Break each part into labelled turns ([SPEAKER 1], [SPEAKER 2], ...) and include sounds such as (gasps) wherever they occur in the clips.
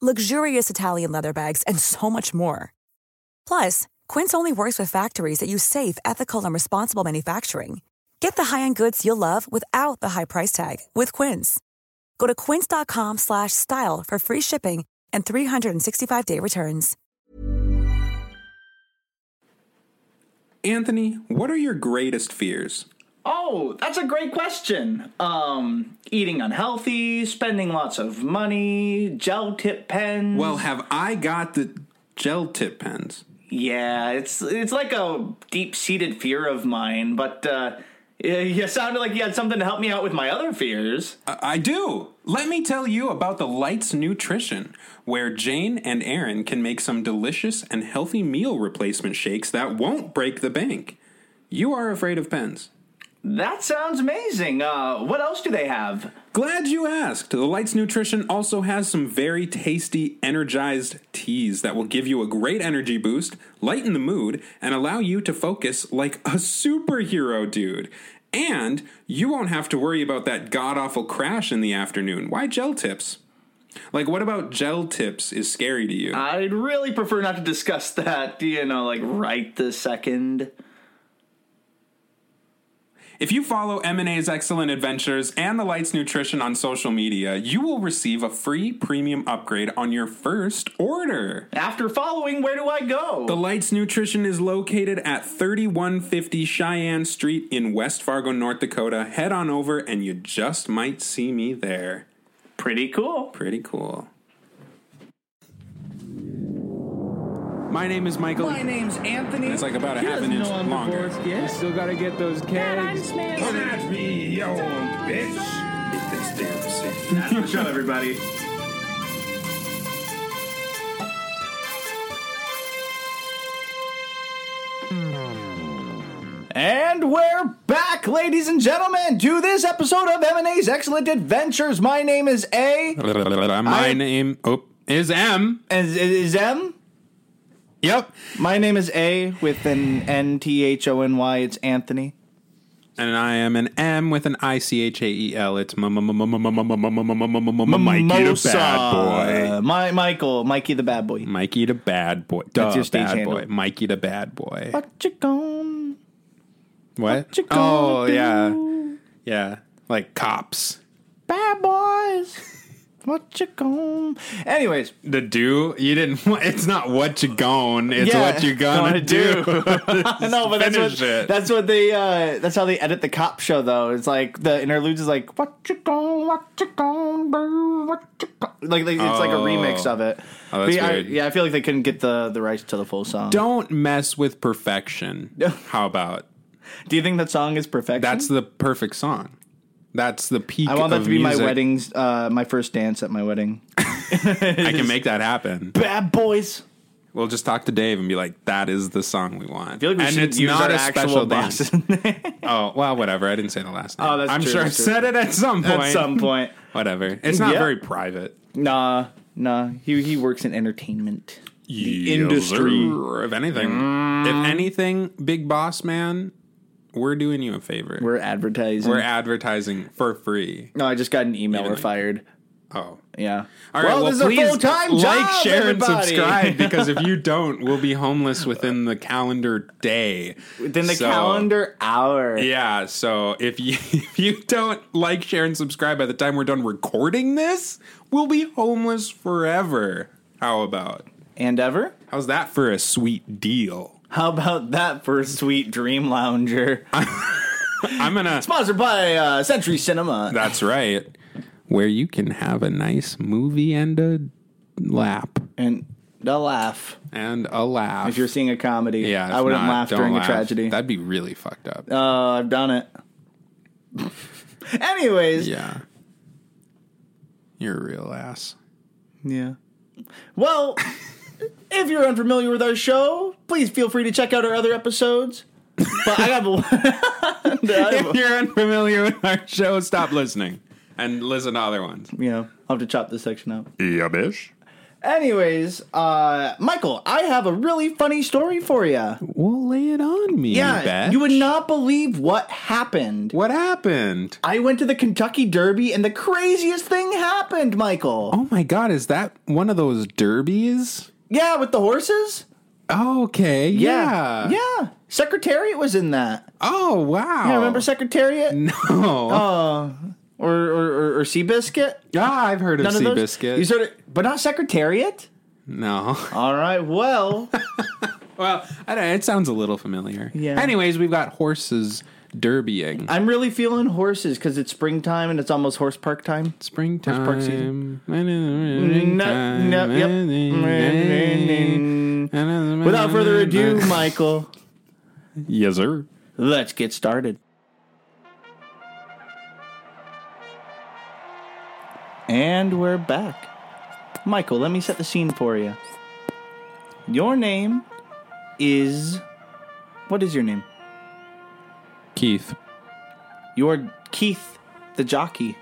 [SPEAKER 1] luxurious Italian leather bags, and so much more. Plus, Quince only works with factories that use safe, ethical, and responsible manufacturing. Get the high-end goods you'll love without the high price tag with Quince. Go to quince.com/style slash style for free shipping and 365-day returns.
[SPEAKER 2] Anthony, what are your greatest fears?
[SPEAKER 3] Oh, that's a great question. Um, eating unhealthy, spending lots of money, gel tip pens.
[SPEAKER 2] Well, have I got the gel tip pens?
[SPEAKER 3] yeah, it's it's like a deep seated fear of mine. But uh, y- you sounded like you had something to help me out with my other fears.
[SPEAKER 2] I, Uh, I do. Let me tell you about the Lights Nutrition, where Jane and Aaron can make some delicious and healthy meal replacement shakes that won't break the bank. You are afraid of pens.
[SPEAKER 3] That sounds amazing. Uh, what else do they have?
[SPEAKER 2] Glad you asked. The Lights Nutrition also has some very tasty, energized teas that will give you a great energy boost, lighten the mood, and allow you to focus like a superhero dude. And you won't have to worry about that god awful crash in the afternoon. Why gel tips? Like, what about gel tips is scary to you?
[SPEAKER 3] I'd really prefer not to discuss (laughs) that. You know, like right this second.
[SPEAKER 2] If you follow M&A's Excellent Adventures and The Lights Nutrition on social media, you will receive a free premium upgrade on your first order.
[SPEAKER 3] After following, where do I go?
[SPEAKER 2] The Lights Nutrition is located at 3150 Cheyenne Street in West Fargo, North Dakota. Head on over and you just might see me there.
[SPEAKER 3] Pretty cool.
[SPEAKER 2] Pretty cool. My name is Michael.
[SPEAKER 4] My name's Anthony.
[SPEAKER 2] It's like about a half an inch longer.
[SPEAKER 4] Still gotta get those kegs.
[SPEAKER 5] Not me, yo, bitch.
[SPEAKER 3] (laughs) That's the show, everybody. And we're back, ladies and gentlemen, to this episode of M&A's Excellent Adventures. My name is A.
[SPEAKER 2] My name oh, is M.
[SPEAKER 3] Is, is M?
[SPEAKER 2] Yep.
[SPEAKER 3] My name is A with an N T H O N Y. It's Anthony.
[SPEAKER 2] And I am an M with an I C H A E L. It's m- m- m- m- m- m- m- m- m- m- m- m- m- Mikey the bad boy.
[SPEAKER 3] Mimosa. My Michael, Mikey the bad boy.
[SPEAKER 2] Mikey the bad boy. Duh,
[SPEAKER 3] That's your stage
[SPEAKER 2] bad
[SPEAKER 3] handle.
[SPEAKER 2] boy. Mikey the bad boy.
[SPEAKER 3] What you gonna
[SPEAKER 2] What?
[SPEAKER 3] you gonna
[SPEAKER 2] Oh yeah, yeah. Like cops.
[SPEAKER 3] bad boys. What you going? Anyways,
[SPEAKER 2] The do you didn't. (laughs) wa- It's not what you going. It's
[SPEAKER 3] Yeah,
[SPEAKER 2] what (laughs) you gonna,
[SPEAKER 3] gonna
[SPEAKER 2] do.
[SPEAKER 3] do. no, but that's
[SPEAKER 2] Finish
[SPEAKER 3] what,
[SPEAKER 2] it.
[SPEAKER 3] that's what they uh, that's how they edit the cop show though. It's like the interludes is like what you going, what you going, do, what you going? Like they, it's like a
[SPEAKER 2] Oh.
[SPEAKER 3] remix of it.
[SPEAKER 2] Oh, that's
[SPEAKER 3] But yeah, I-
[SPEAKER 2] weird.
[SPEAKER 3] yeah, I feel like they couldn't get the the rights to the full song.
[SPEAKER 2] Don't mess with
[SPEAKER 3] (laughs)
[SPEAKER 2] perfection. How about
[SPEAKER 3] Do you think that song is perfection?
[SPEAKER 2] that's the perfect song. That's the peak.
[SPEAKER 3] I want that
[SPEAKER 2] of
[SPEAKER 3] to be my
[SPEAKER 2] music.
[SPEAKER 3] wedding's uh, my first dance at my wedding.
[SPEAKER 2] I
[SPEAKER 3] (laughs)
[SPEAKER 2] can make that happen.
[SPEAKER 3] Bad boys.
[SPEAKER 2] We'll just talk to Dave and be like, "That is the song we want."
[SPEAKER 3] feel like we
[SPEAKER 2] and
[SPEAKER 3] should
[SPEAKER 2] it's
[SPEAKER 3] use
[SPEAKER 2] not
[SPEAKER 3] our
[SPEAKER 2] a
[SPEAKER 3] actual
[SPEAKER 2] special
[SPEAKER 3] boss. (laughs)
[SPEAKER 2] dance. oh well, whatever. I didn't say the last name.
[SPEAKER 3] Oh, that's
[SPEAKER 2] I'm
[SPEAKER 3] true,
[SPEAKER 2] sure I
[SPEAKER 3] that's true.
[SPEAKER 2] said it at some point.
[SPEAKER 3] At some point.
[SPEAKER 2] (laughs) whatever. It's not
[SPEAKER 3] Yeah.
[SPEAKER 2] very private.
[SPEAKER 3] Nah, nah. He he works in entertainment.
[SPEAKER 2] industry. If anything,
[SPEAKER 3] Mm.
[SPEAKER 2] if anything, Big Boss Man, we're doing you a favor. We're,
[SPEAKER 3] We're advertising.
[SPEAKER 2] advertising for free.
[SPEAKER 3] no, I just got an email. We're
[SPEAKER 2] though-
[SPEAKER 3] fired.
[SPEAKER 2] Oh.
[SPEAKER 3] Yeah.
[SPEAKER 2] All right, well,
[SPEAKER 3] this is
[SPEAKER 2] please
[SPEAKER 3] a full-time
[SPEAKER 2] like,
[SPEAKER 3] job,
[SPEAKER 2] share, and
[SPEAKER 3] everybody. (laughs)
[SPEAKER 2] subscribe because if you don't, we'll be homeless within the calendar day.
[SPEAKER 3] Within the
[SPEAKER 2] So-
[SPEAKER 3] calendar hour.
[SPEAKER 2] Yeah, so if you (laughs) if you don't like, share, and subscribe by the time we're done recording this, we'll be homeless forever. How about?
[SPEAKER 3] And ever?
[SPEAKER 2] How's that for a sweet deal?
[SPEAKER 3] How about that for a sweet dream lounger?
[SPEAKER 2] I'm gonna
[SPEAKER 3] Sponsored by uh, Century Cinema.
[SPEAKER 2] That's right. Where you can have a nice movie and a lap
[SPEAKER 3] and the laugh.
[SPEAKER 2] and a laugh.
[SPEAKER 3] If you're seeing a comedy,
[SPEAKER 2] yeah, if
[SPEAKER 3] I wouldn't
[SPEAKER 2] not,
[SPEAKER 3] laugh
[SPEAKER 2] don't
[SPEAKER 3] during
[SPEAKER 2] laugh.
[SPEAKER 3] a tragedy.
[SPEAKER 2] That'd be really fucked up.
[SPEAKER 3] Uh, I've done it. (laughs) Anyways,
[SPEAKER 2] yeah, you're a real ass.
[SPEAKER 3] (laughs) Yeah. Well, If you're unfamiliar with our show, please feel free to check out our other episodes. But I have a, (laughs) I have
[SPEAKER 2] If
[SPEAKER 3] a
[SPEAKER 2] you're unfamiliar with our show, stop listening and listen to other ones.
[SPEAKER 3] you know, I'll have to chop this section up.
[SPEAKER 2] Yeah, bish.
[SPEAKER 3] Anyways, uh, Michael, I have a really funny story for you.
[SPEAKER 2] Well, lay it on me.
[SPEAKER 3] Yeah,
[SPEAKER 2] Batch.
[SPEAKER 3] you would not believe what happened.
[SPEAKER 2] What happened?
[SPEAKER 3] I went to the Kentucky Derby and the craziest thing happened, Michael.
[SPEAKER 2] Oh my god, is that one of those derbies?
[SPEAKER 3] Yeah, with the horses?
[SPEAKER 2] Okay, yeah.
[SPEAKER 3] Yeah. Secretariat was in that.
[SPEAKER 2] Oh, wow.
[SPEAKER 3] Yeah,
[SPEAKER 2] (laughs)
[SPEAKER 3] remember Oh. Secretariat?
[SPEAKER 2] No. (laughs)
[SPEAKER 3] Or or or, or Seabiscuit?
[SPEAKER 2] ah, I've heard of
[SPEAKER 3] None of those?
[SPEAKER 2] Seabiscuit.
[SPEAKER 3] You sort of but not Secretariat?
[SPEAKER 2] no. (laughs)
[SPEAKER 3] All right. Well,
[SPEAKER 2] Well, I don't, it sounds a little familiar.
[SPEAKER 3] Yeah.
[SPEAKER 2] Anyways, we've got horses derbying.
[SPEAKER 3] (laughs) I'm really feeling horses cuz it's springtime and it's almost horse park time.
[SPEAKER 2] Springtime.
[SPEAKER 3] park season. No,
[SPEAKER 2] Springtime.
[SPEAKER 3] no,
[SPEAKER 2] (laughs)
[SPEAKER 3] yep. Without further (laughs) ado, Michael,
[SPEAKER 2] Yes, sir.
[SPEAKER 3] let's get started. And we're back. Michael, let me set the scene for you. Your name is. What is your name?
[SPEAKER 2] Keith.
[SPEAKER 3] You're Keith the jockey.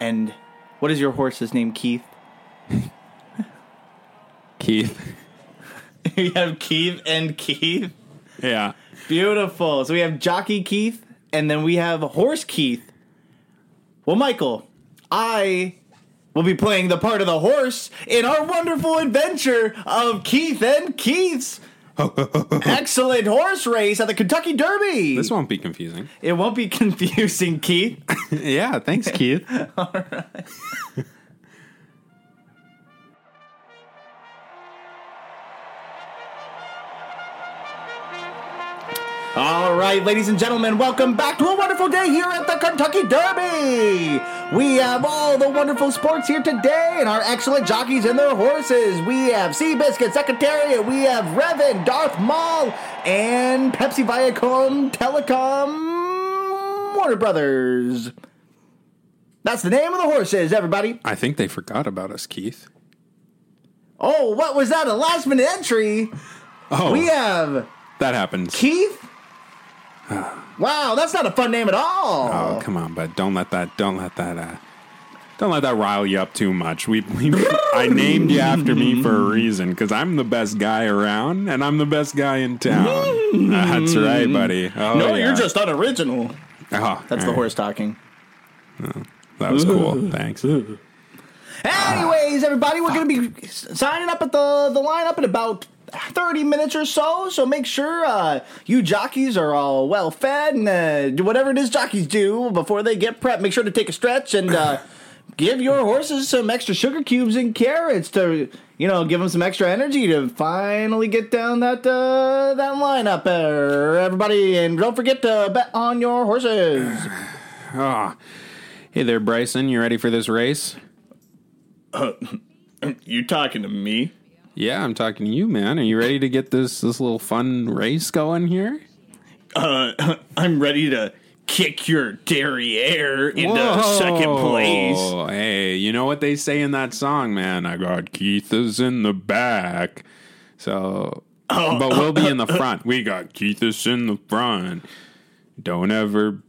[SPEAKER 3] And what is your horse's name, Keith?
[SPEAKER 2] Keith.
[SPEAKER 3] (laughs)
[SPEAKER 2] (laughs)
[SPEAKER 3] we have Keith and Keith.
[SPEAKER 2] Yeah.
[SPEAKER 3] Beautiful. So we have Jockey Keith, and then we have Horse Keith. Well, Michael, I will be playing the part of the horse in our wonderful adventure of Keith and Keith's excellent horse race at the Kentucky Derby.
[SPEAKER 2] This won't be confusing.
[SPEAKER 3] It won't be (laughs) confusing, Keith.
[SPEAKER 2] Yeah, (laughs) thanks, Keith.
[SPEAKER 3] All right, ladies and gentlemen, welcome back to a wonderful day here at the Kentucky Derby. We have all the wonderful sports here today and our excellent jockeys and their horses. We have Seabiscuit, Secretariat, we have Revan, Darth Maul, and Pepsi Viacom Telecom Warner Brothers. That's the name of the horses, everybody.
[SPEAKER 2] I think they forgot about us, Keith.
[SPEAKER 3] Oh, what was that? A last minute entry.
[SPEAKER 2] Oh,
[SPEAKER 3] We have
[SPEAKER 2] that happens.
[SPEAKER 3] Keith. Wow, that's not a fun name at all.
[SPEAKER 2] Oh, come on, bud. Don't let that. Don't let that. Uh, don't let that rile you up too much. We, we I named you after me for a reason because I'm the best guy around and I'm the best guy in town. That's right, buddy. Oh,
[SPEAKER 3] No,
[SPEAKER 2] yeah.
[SPEAKER 3] you're just unoriginal.
[SPEAKER 2] Oh,
[SPEAKER 3] That's
[SPEAKER 2] all
[SPEAKER 3] the
[SPEAKER 2] right.
[SPEAKER 3] horse talking.
[SPEAKER 2] That was
[SPEAKER 3] (laughs)
[SPEAKER 2] cool. Thanks.
[SPEAKER 3] Anyways, everybody, we're going to be s- signing up at the, the lineup in about 30 minutes or so. So make sure uh, you jockeys are all well fed and uh, do whatever it is jockeys do before they get prepped. Make sure to take a stretch and uh, (laughs) give your horses some extra sugar cubes and carrots to, you know, give them some extra energy to finally get down that, uh, that lineup there, everybody. And don't forget to bet on your horses.
[SPEAKER 2] Ah. Hey there, Bryson. You ready for this race?
[SPEAKER 3] You talking to me?
[SPEAKER 2] Yeah, I'm talking to you, man. Are you ready to get this this little fun race going here?
[SPEAKER 3] I'm ready to kick your derriere into
[SPEAKER 2] Whoa. Hey, you know what they say in that song, man? I got Keith is in the back. So, but we'll be in the front. We got Keith is in the front. Don't ever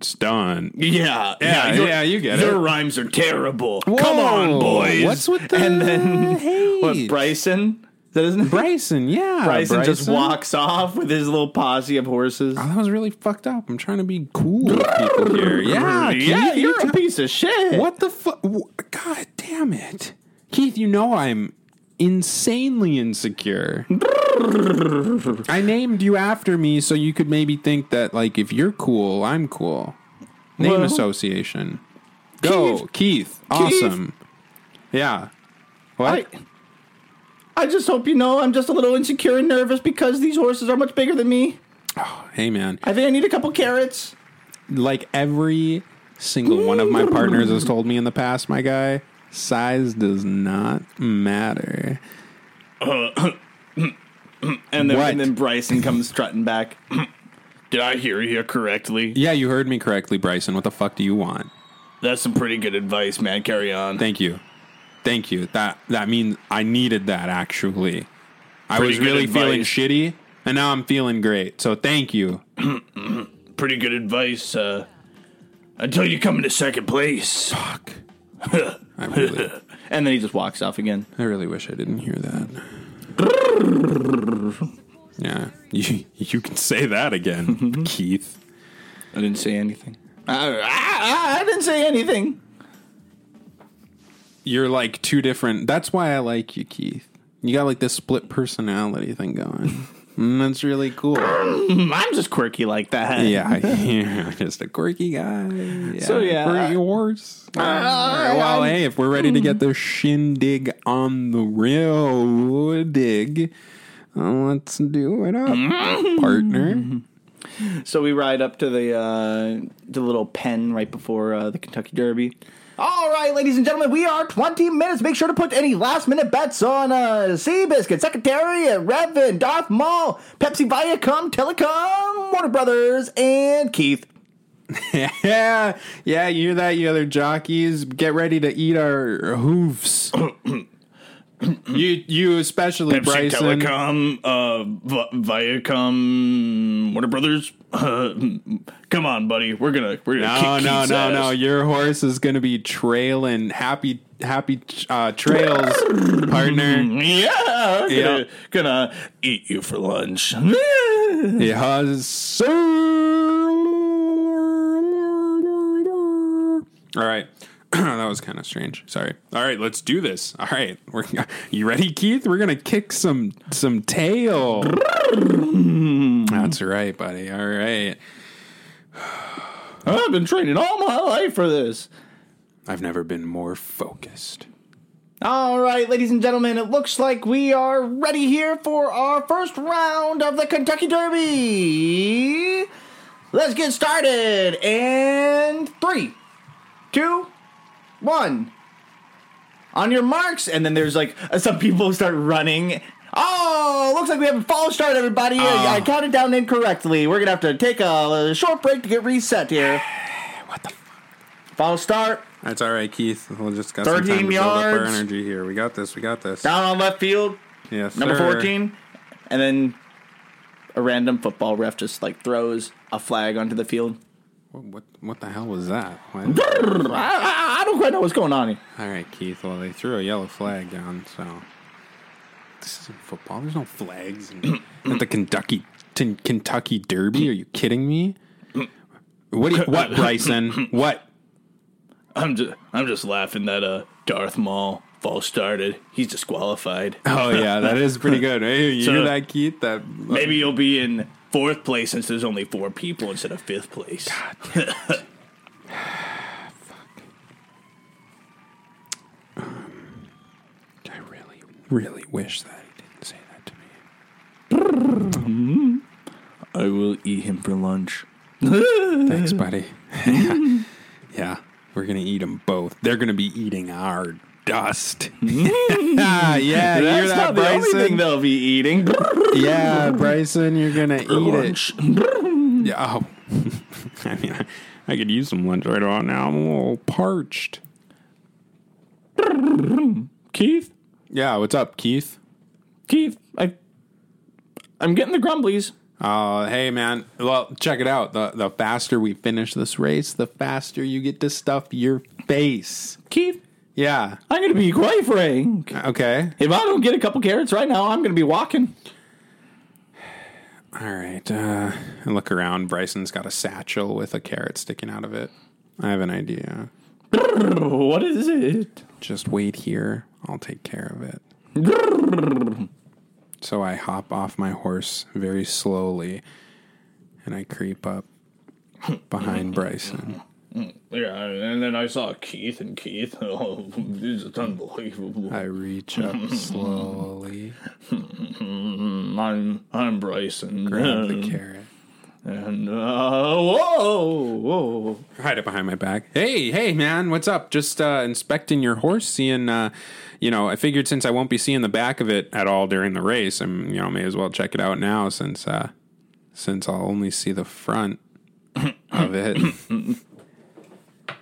[SPEAKER 2] stun.
[SPEAKER 3] Yeah,
[SPEAKER 2] Yeah,
[SPEAKER 3] your-
[SPEAKER 2] yeah, you get
[SPEAKER 3] Your
[SPEAKER 2] it.
[SPEAKER 3] rhymes are terrible. Come on,
[SPEAKER 2] Whoa,
[SPEAKER 3] boys.
[SPEAKER 2] What's with the
[SPEAKER 3] and then
[SPEAKER 2] hey, (laughs)
[SPEAKER 3] what? Bryson? Is that his name?
[SPEAKER 2] Bryson? Yeah,
[SPEAKER 3] (laughs) Bryson, just walks off with his little posse of horses.
[SPEAKER 2] Oh, that was really fucked up. I'm trying to be cool with people (laughs) here. Yeah,
[SPEAKER 3] yeah,
[SPEAKER 2] Keith, you
[SPEAKER 3] you're a
[SPEAKER 2] try-
[SPEAKER 3] piece of shit.
[SPEAKER 2] What the fuck? God damn it. Keith, you know I'm insanely insecure. I named you after me so you could maybe think that, like, if you're cool, I'm cool. Name
[SPEAKER 3] Well-
[SPEAKER 2] association. Go, Keith. Awesome. Yeah.
[SPEAKER 3] I,
[SPEAKER 2] What?
[SPEAKER 3] I just hope you know I'm just a little insecure and nervous because these horses are much bigger than me.
[SPEAKER 2] hey, man.
[SPEAKER 3] I think I need a couple carrots.
[SPEAKER 2] Like, every single one of my partners has told me in the past, my guy, size does not matter.
[SPEAKER 3] And then,
[SPEAKER 2] What?
[SPEAKER 3] and then Bryson comes strutting back. (clears throat) Did I hear you correctly?
[SPEAKER 2] Yeah, you heard me correctly, Bryson. What the fuck do you want?
[SPEAKER 3] That's some pretty good advice, man. Carry on.
[SPEAKER 2] Thank you. Thank you. That that means I needed that actually. I
[SPEAKER 6] Pretty
[SPEAKER 2] was
[SPEAKER 6] good
[SPEAKER 2] really feeling
[SPEAKER 6] advice.
[SPEAKER 2] shitty, and now I'm feeling great. So thank you.
[SPEAKER 6] Pretty good advice. Uh, until you come into second place.
[SPEAKER 2] Fuck. I really,
[SPEAKER 3] And then he just walks off again.
[SPEAKER 2] I really wish I didn't hear that. Yeah, you you can say
[SPEAKER 6] (laughs)
[SPEAKER 2] that again, Keith.
[SPEAKER 3] I didn't say anything. I, I, I- I didn't say anything.
[SPEAKER 2] You're like two different. That's why I like you, Keith. You got like this split personality
[SPEAKER 6] (laughs)
[SPEAKER 2] thing going. And that's really cool.
[SPEAKER 3] Mm, I'm just quirky like that.
[SPEAKER 2] Yeah, (laughs) you're just a quirky guy. Yeah.
[SPEAKER 3] So, yeah.
[SPEAKER 2] quirky horse. Alright, well, hey, if we're ready to get the shindig on the railroad, dig, uh, let's do it up, partner. (laughs)
[SPEAKER 3] So we ride up to the uh, the little pen right before uh, the Kentucky Derby. All right, ladies and gentlemen, we are 20 minutes. Make sure to put any last minute bets on uh, Seabiscuit, Secretariat, Revan, Darth Maul, Pepsi Viacom, Telecom, Warner Brothers, and Keith.
[SPEAKER 2] Yeah, yeah, you hear that, you other jockeys? Get ready to eat our hoofs. you, you especially,
[SPEAKER 6] Pepsi
[SPEAKER 2] Bryson.
[SPEAKER 6] Telecom, uh, Vi- Viacom, Warner Brothers. (laughs) Uh, come on, buddy. We're gonna we're gonna
[SPEAKER 2] No,
[SPEAKER 6] kick
[SPEAKER 2] no,
[SPEAKER 6] Keith's
[SPEAKER 2] no,
[SPEAKER 6] ass.
[SPEAKER 2] no. Your horse is going to be trailing happy, happy uh, trails, partner.
[SPEAKER 6] Yeah, I'm gonna,
[SPEAKER 2] Yeah.
[SPEAKER 6] gonna eat you for lunch. (laughs)
[SPEAKER 2] It has. All right. (clears throat) that was kind of strange. Sorry. All right, let's do this. All right. We're, (laughs) you ready, Keith? We're going to kick some some (laughs) tail. That's right, buddy. All right.
[SPEAKER 3] I've been training all my life for this.
[SPEAKER 2] I've never been more focused.
[SPEAKER 3] All right, ladies and gentlemen, it looks like we are ready here for our first round of the Kentucky Derby. Let's get started. And three, two, one. On your marks. And then there's like (laughs) uh, some people start running. Oh, looks like we have a false start, everybody. I, I counted down incorrectly. We're going to have to take a, a short break to get reset here. what the? False start.
[SPEAKER 2] That's all right, Keith. We'll just got some time
[SPEAKER 3] 13
[SPEAKER 2] to build up our
[SPEAKER 3] yards.
[SPEAKER 2] energy here. We got this. We got this.
[SPEAKER 3] Down on left field.
[SPEAKER 2] Yes,
[SPEAKER 3] number
[SPEAKER 2] sir.
[SPEAKER 3] 14 and then a random football ref just like throws a flag onto the field
[SPEAKER 2] What, what, what the hell was that? Why-
[SPEAKER 3] (laughs) I, I, I don't quite know what's going on here
[SPEAKER 2] All right, Keith. Well, they threw a yellow flag down, so this isn't football. There's no flags (clears throat) in- at the Kentucky Ten- Kentucky Derby. Are you kidding (clears throat) me? What? do (clears throat) you- what, Bryson? What?
[SPEAKER 6] I'm just I'm just laughing that uh Darth Maul false started. He's disqualified.
[SPEAKER 2] Oh yeah, that is pretty good. Hey, you
[SPEAKER 6] So-
[SPEAKER 2] hear that, Keith? That
[SPEAKER 6] Maybe you'll be in fourth place since there's only four people instead of fifth place.
[SPEAKER 2] I really, really wish that he didn't say that to me.
[SPEAKER 6] I will eat him for lunch.
[SPEAKER 2] (laughs) Thanks, buddy. yeah, we're gonna eat them both. They're gonna be eating our dust. (laughs) yeah, you hear
[SPEAKER 3] that's
[SPEAKER 2] that,
[SPEAKER 3] not the only
[SPEAKER 2] Bryson?
[SPEAKER 3] thing they'll be eating
[SPEAKER 2] (laughs) yeah, Bryson, you're gonna eat
[SPEAKER 6] lunch.
[SPEAKER 2] it. Yeah. (laughs) Oh, I mean, I, I could use some lunch right about now. I'm a little parched.
[SPEAKER 6] Keith?
[SPEAKER 2] Yeah, what's up, Keith?
[SPEAKER 3] keith i i'm getting the grumblies
[SPEAKER 2] Uh, hey man, well, check it out. The the faster we finish this race, the faster you get to stuff your face.
[SPEAKER 3] keith
[SPEAKER 2] Yeah.
[SPEAKER 3] i'm gonna be quite frank
[SPEAKER 2] Okay.
[SPEAKER 3] if i don't get a couple carrots right now i'm gonna be walking
[SPEAKER 2] All right. Uh, I look around. Bryson's got a satchel with a carrot sticking out of it. I have an idea.
[SPEAKER 3] what is it
[SPEAKER 2] Just wait here. I'll take care of it.
[SPEAKER 6] (laughs)
[SPEAKER 2] so I hop off my horse very slowly and I creep up
[SPEAKER 6] (laughs)
[SPEAKER 2] behind Bryson.
[SPEAKER 6] Yeah, and then I saw Keith and Keith. (laughs) Oh, this is unbelievable.
[SPEAKER 2] I
[SPEAKER 6] (laughs)
[SPEAKER 2] reach up slowly,
[SPEAKER 6] I'm I'm Bryson.
[SPEAKER 2] grab the carrot,
[SPEAKER 6] (laughs) And uh, whoa, whoa.
[SPEAKER 2] hide it behind my back. Hey, hey, man, what's up? Just uh, inspecting your horse, seeing, uh, you know, I figured since I won't be seeing the back of it at all during the race, I'm, you know, may as well check it out now since, uh,
[SPEAKER 6] (coughs)
[SPEAKER 2] since I'll only see the front of it.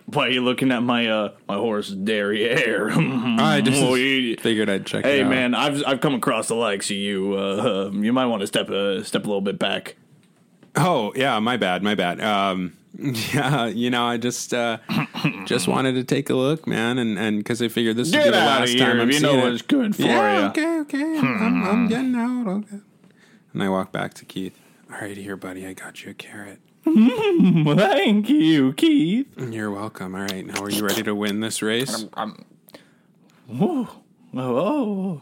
[SPEAKER 6] Why are you looking at my uh my horse derriere? (laughs)
[SPEAKER 2] I just
[SPEAKER 6] Oh, you-
[SPEAKER 2] figured I'd check.
[SPEAKER 6] Hey
[SPEAKER 2] it out.
[SPEAKER 6] man, I've I've come across the likes of you. Uh, (laughs) um, you might want to step uh, step a little bit back.
[SPEAKER 2] Oh yeah, my bad, my bad. Um, (laughs) yeah, you know, I just uh,
[SPEAKER 6] (coughs)
[SPEAKER 2] just wanted to take a look, man, and and because I figured this would be
[SPEAKER 6] Get
[SPEAKER 2] the
[SPEAKER 6] out of
[SPEAKER 2] last
[SPEAKER 6] here
[SPEAKER 2] time I'm
[SPEAKER 6] if you know
[SPEAKER 2] seeing it.
[SPEAKER 6] what's good for
[SPEAKER 2] yeah,
[SPEAKER 6] you.
[SPEAKER 2] okay, okay, I'm, I'm- I'm getting out. Okay. And I walk back to Keith. All right, here, buddy, I got you a carrot.
[SPEAKER 6] Thank you, Keith.
[SPEAKER 2] You're welcome. All right, now are you ready to win this race?
[SPEAKER 6] Whoa. Oh,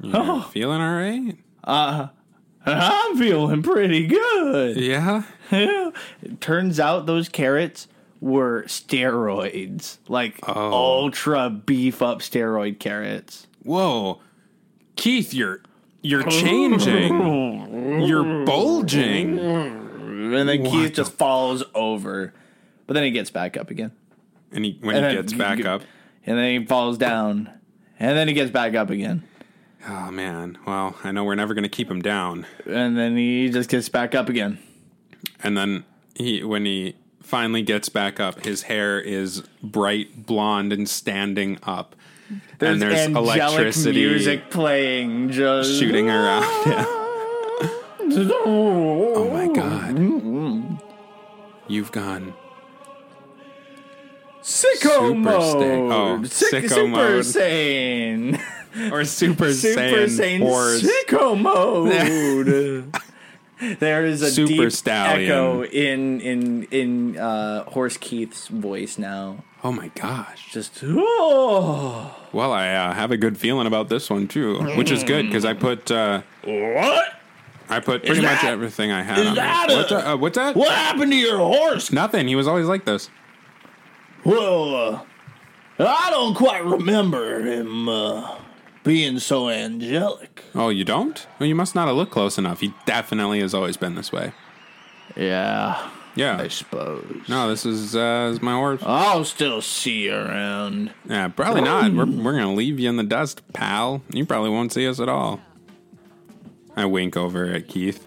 [SPEAKER 2] You're feeling all right?
[SPEAKER 6] I'm feeling pretty good.
[SPEAKER 2] Yeah.
[SPEAKER 3] Turns out those carrots were steroids, like
[SPEAKER 2] Oh.
[SPEAKER 3] ultra beef up steroid carrots.
[SPEAKER 2] Whoa, Keith, you're
[SPEAKER 3] (laughs)
[SPEAKER 2] you're changing. you're bulging.
[SPEAKER 3] And then Keith just falls over, but then he gets back up again.
[SPEAKER 2] And he, when
[SPEAKER 3] And
[SPEAKER 2] he
[SPEAKER 3] then
[SPEAKER 2] gets
[SPEAKER 3] you
[SPEAKER 2] back
[SPEAKER 3] get-
[SPEAKER 2] up,
[SPEAKER 3] and then he falls down, and then he gets back up again,
[SPEAKER 2] oh man. Well, I know we're never gonna keep him down.
[SPEAKER 3] and then he just gets back up again.
[SPEAKER 2] and then he when he finally gets back up his hair is bright blonde and standing up and there's
[SPEAKER 3] angelic
[SPEAKER 2] electricity
[SPEAKER 3] music playing, just (laughs)
[SPEAKER 2] shooting around yeah. oh my god you've gone
[SPEAKER 3] sicko
[SPEAKER 2] Super sta- oh,
[SPEAKER 3] mode, Sick-
[SPEAKER 2] sicko
[SPEAKER 3] super
[SPEAKER 2] mode.
[SPEAKER 3] saiyan,
[SPEAKER 2] or (laughs) super,
[SPEAKER 3] super
[SPEAKER 2] saiyan,
[SPEAKER 3] saiyan,
[SPEAKER 2] horse.
[SPEAKER 3] sicko
[SPEAKER 2] (laughs)
[SPEAKER 3] mode. there is a
[SPEAKER 2] Super
[SPEAKER 3] deep
[SPEAKER 2] stallion.
[SPEAKER 3] echo in in in uh, Horse Keith's voice now.
[SPEAKER 2] oh my gosh
[SPEAKER 3] Just oh,
[SPEAKER 2] well i uh, have a good feeling about this one too which is good because i put uh
[SPEAKER 6] What?
[SPEAKER 2] i put pretty much
[SPEAKER 6] that-
[SPEAKER 2] everything i had
[SPEAKER 6] is
[SPEAKER 2] on
[SPEAKER 6] that
[SPEAKER 2] this.
[SPEAKER 6] a-
[SPEAKER 2] what's, that- uh, what's that
[SPEAKER 6] What happened to your horse?
[SPEAKER 2] nothing he was always like this
[SPEAKER 6] Well, uh, I don't quite remember him uh, being so angelic.
[SPEAKER 2] Oh, you don't? Well, you must not have looked close enough. He definitely has always been this way.
[SPEAKER 6] Yeah,
[SPEAKER 2] Yeah.
[SPEAKER 6] suppose.
[SPEAKER 2] No, this is, uh, this is my horse.
[SPEAKER 3] Oh.
[SPEAKER 6] I'll still see you around.
[SPEAKER 2] Yeah, probably not. We're,
[SPEAKER 3] Oh.
[SPEAKER 2] we're going to leave you in the dust, pal. You probably won't see us at all. I wink over at Keith.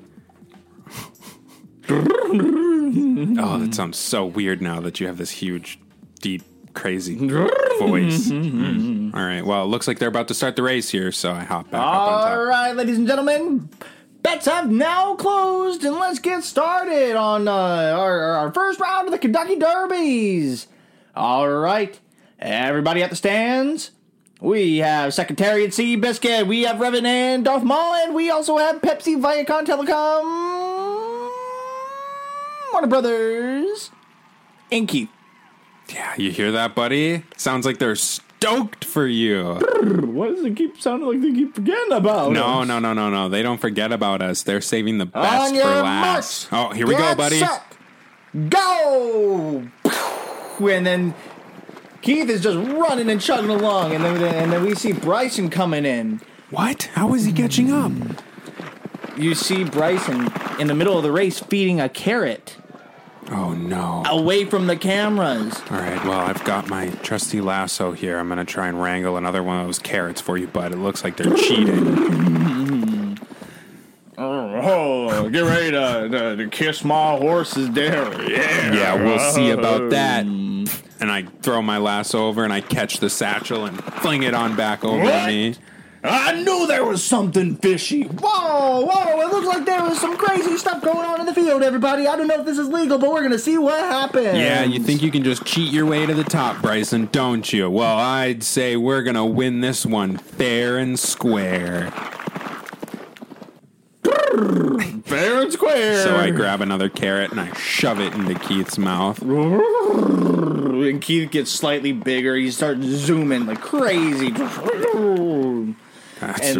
[SPEAKER 2] oh, that sounds so weird now that you have this huge, deep, crazy
[SPEAKER 3] (laughs)
[SPEAKER 2] voice. Mm. All right. Well, it looks like they're about to start the race here, so I hop back up on top.
[SPEAKER 3] All right, ladies and gentlemen, bets have now closed, and let's get started on uh, our, our- our first round of the Kentucky Derbies. All right, everybody at the stands. We have Secretariat Sea Biscuit, we have Revan and Darth Maul, and we also have Pepsi, Viacom, Telecom, Warner Brothers, and Keith.
[SPEAKER 2] Yeah, you hear that, buddy? Sounds like they're stoked for you.
[SPEAKER 6] Why does it keep sounding like they keep forgetting about?
[SPEAKER 2] No, no, no, no, no. They don't forget about us. They're saving the best
[SPEAKER 3] On
[SPEAKER 2] for
[SPEAKER 3] your
[SPEAKER 2] last.
[SPEAKER 3] marks,
[SPEAKER 2] Oh, here we go,
[SPEAKER 3] get
[SPEAKER 2] buddy.
[SPEAKER 3] set, Go! And then Keith is just running and chugging along, and then and then we see Bryson coming in.
[SPEAKER 2] What? How is he catching up?
[SPEAKER 3] You see Bryson in the middle of the race feeding a carrot
[SPEAKER 2] Oh no.
[SPEAKER 3] away from the cameras.
[SPEAKER 2] All right. Well, I've got my trusty lasso here. I'm gonna try and wrangle another one of those carrots for you, but it looks like they're cheating.
[SPEAKER 6] Oh, get ready to, to, to kiss my horse's dairy. Yeah.
[SPEAKER 2] Yeah, we'll see about that. And I throw my lasso over and I catch the satchel and fling it on back over
[SPEAKER 6] What?
[SPEAKER 2] me.
[SPEAKER 6] I knew there was something fishy.
[SPEAKER 3] Whoa, whoa! It looks like there was some crazy stuff going on in the field, everybody. I don't know if this is legal, but we're gonna see what happens.
[SPEAKER 2] Yeah, you think you can just cheat your way to the top, Bryson, don't you? Well, I'd say we're going to win this one fair and square.
[SPEAKER 6] Fair and square.
[SPEAKER 2] So I grab another carrot and I shove it into Keith's mouth.
[SPEAKER 3] (laughs) And Keith gets slightly bigger. He starts zooming like crazy.
[SPEAKER 2] That's
[SPEAKER 3] And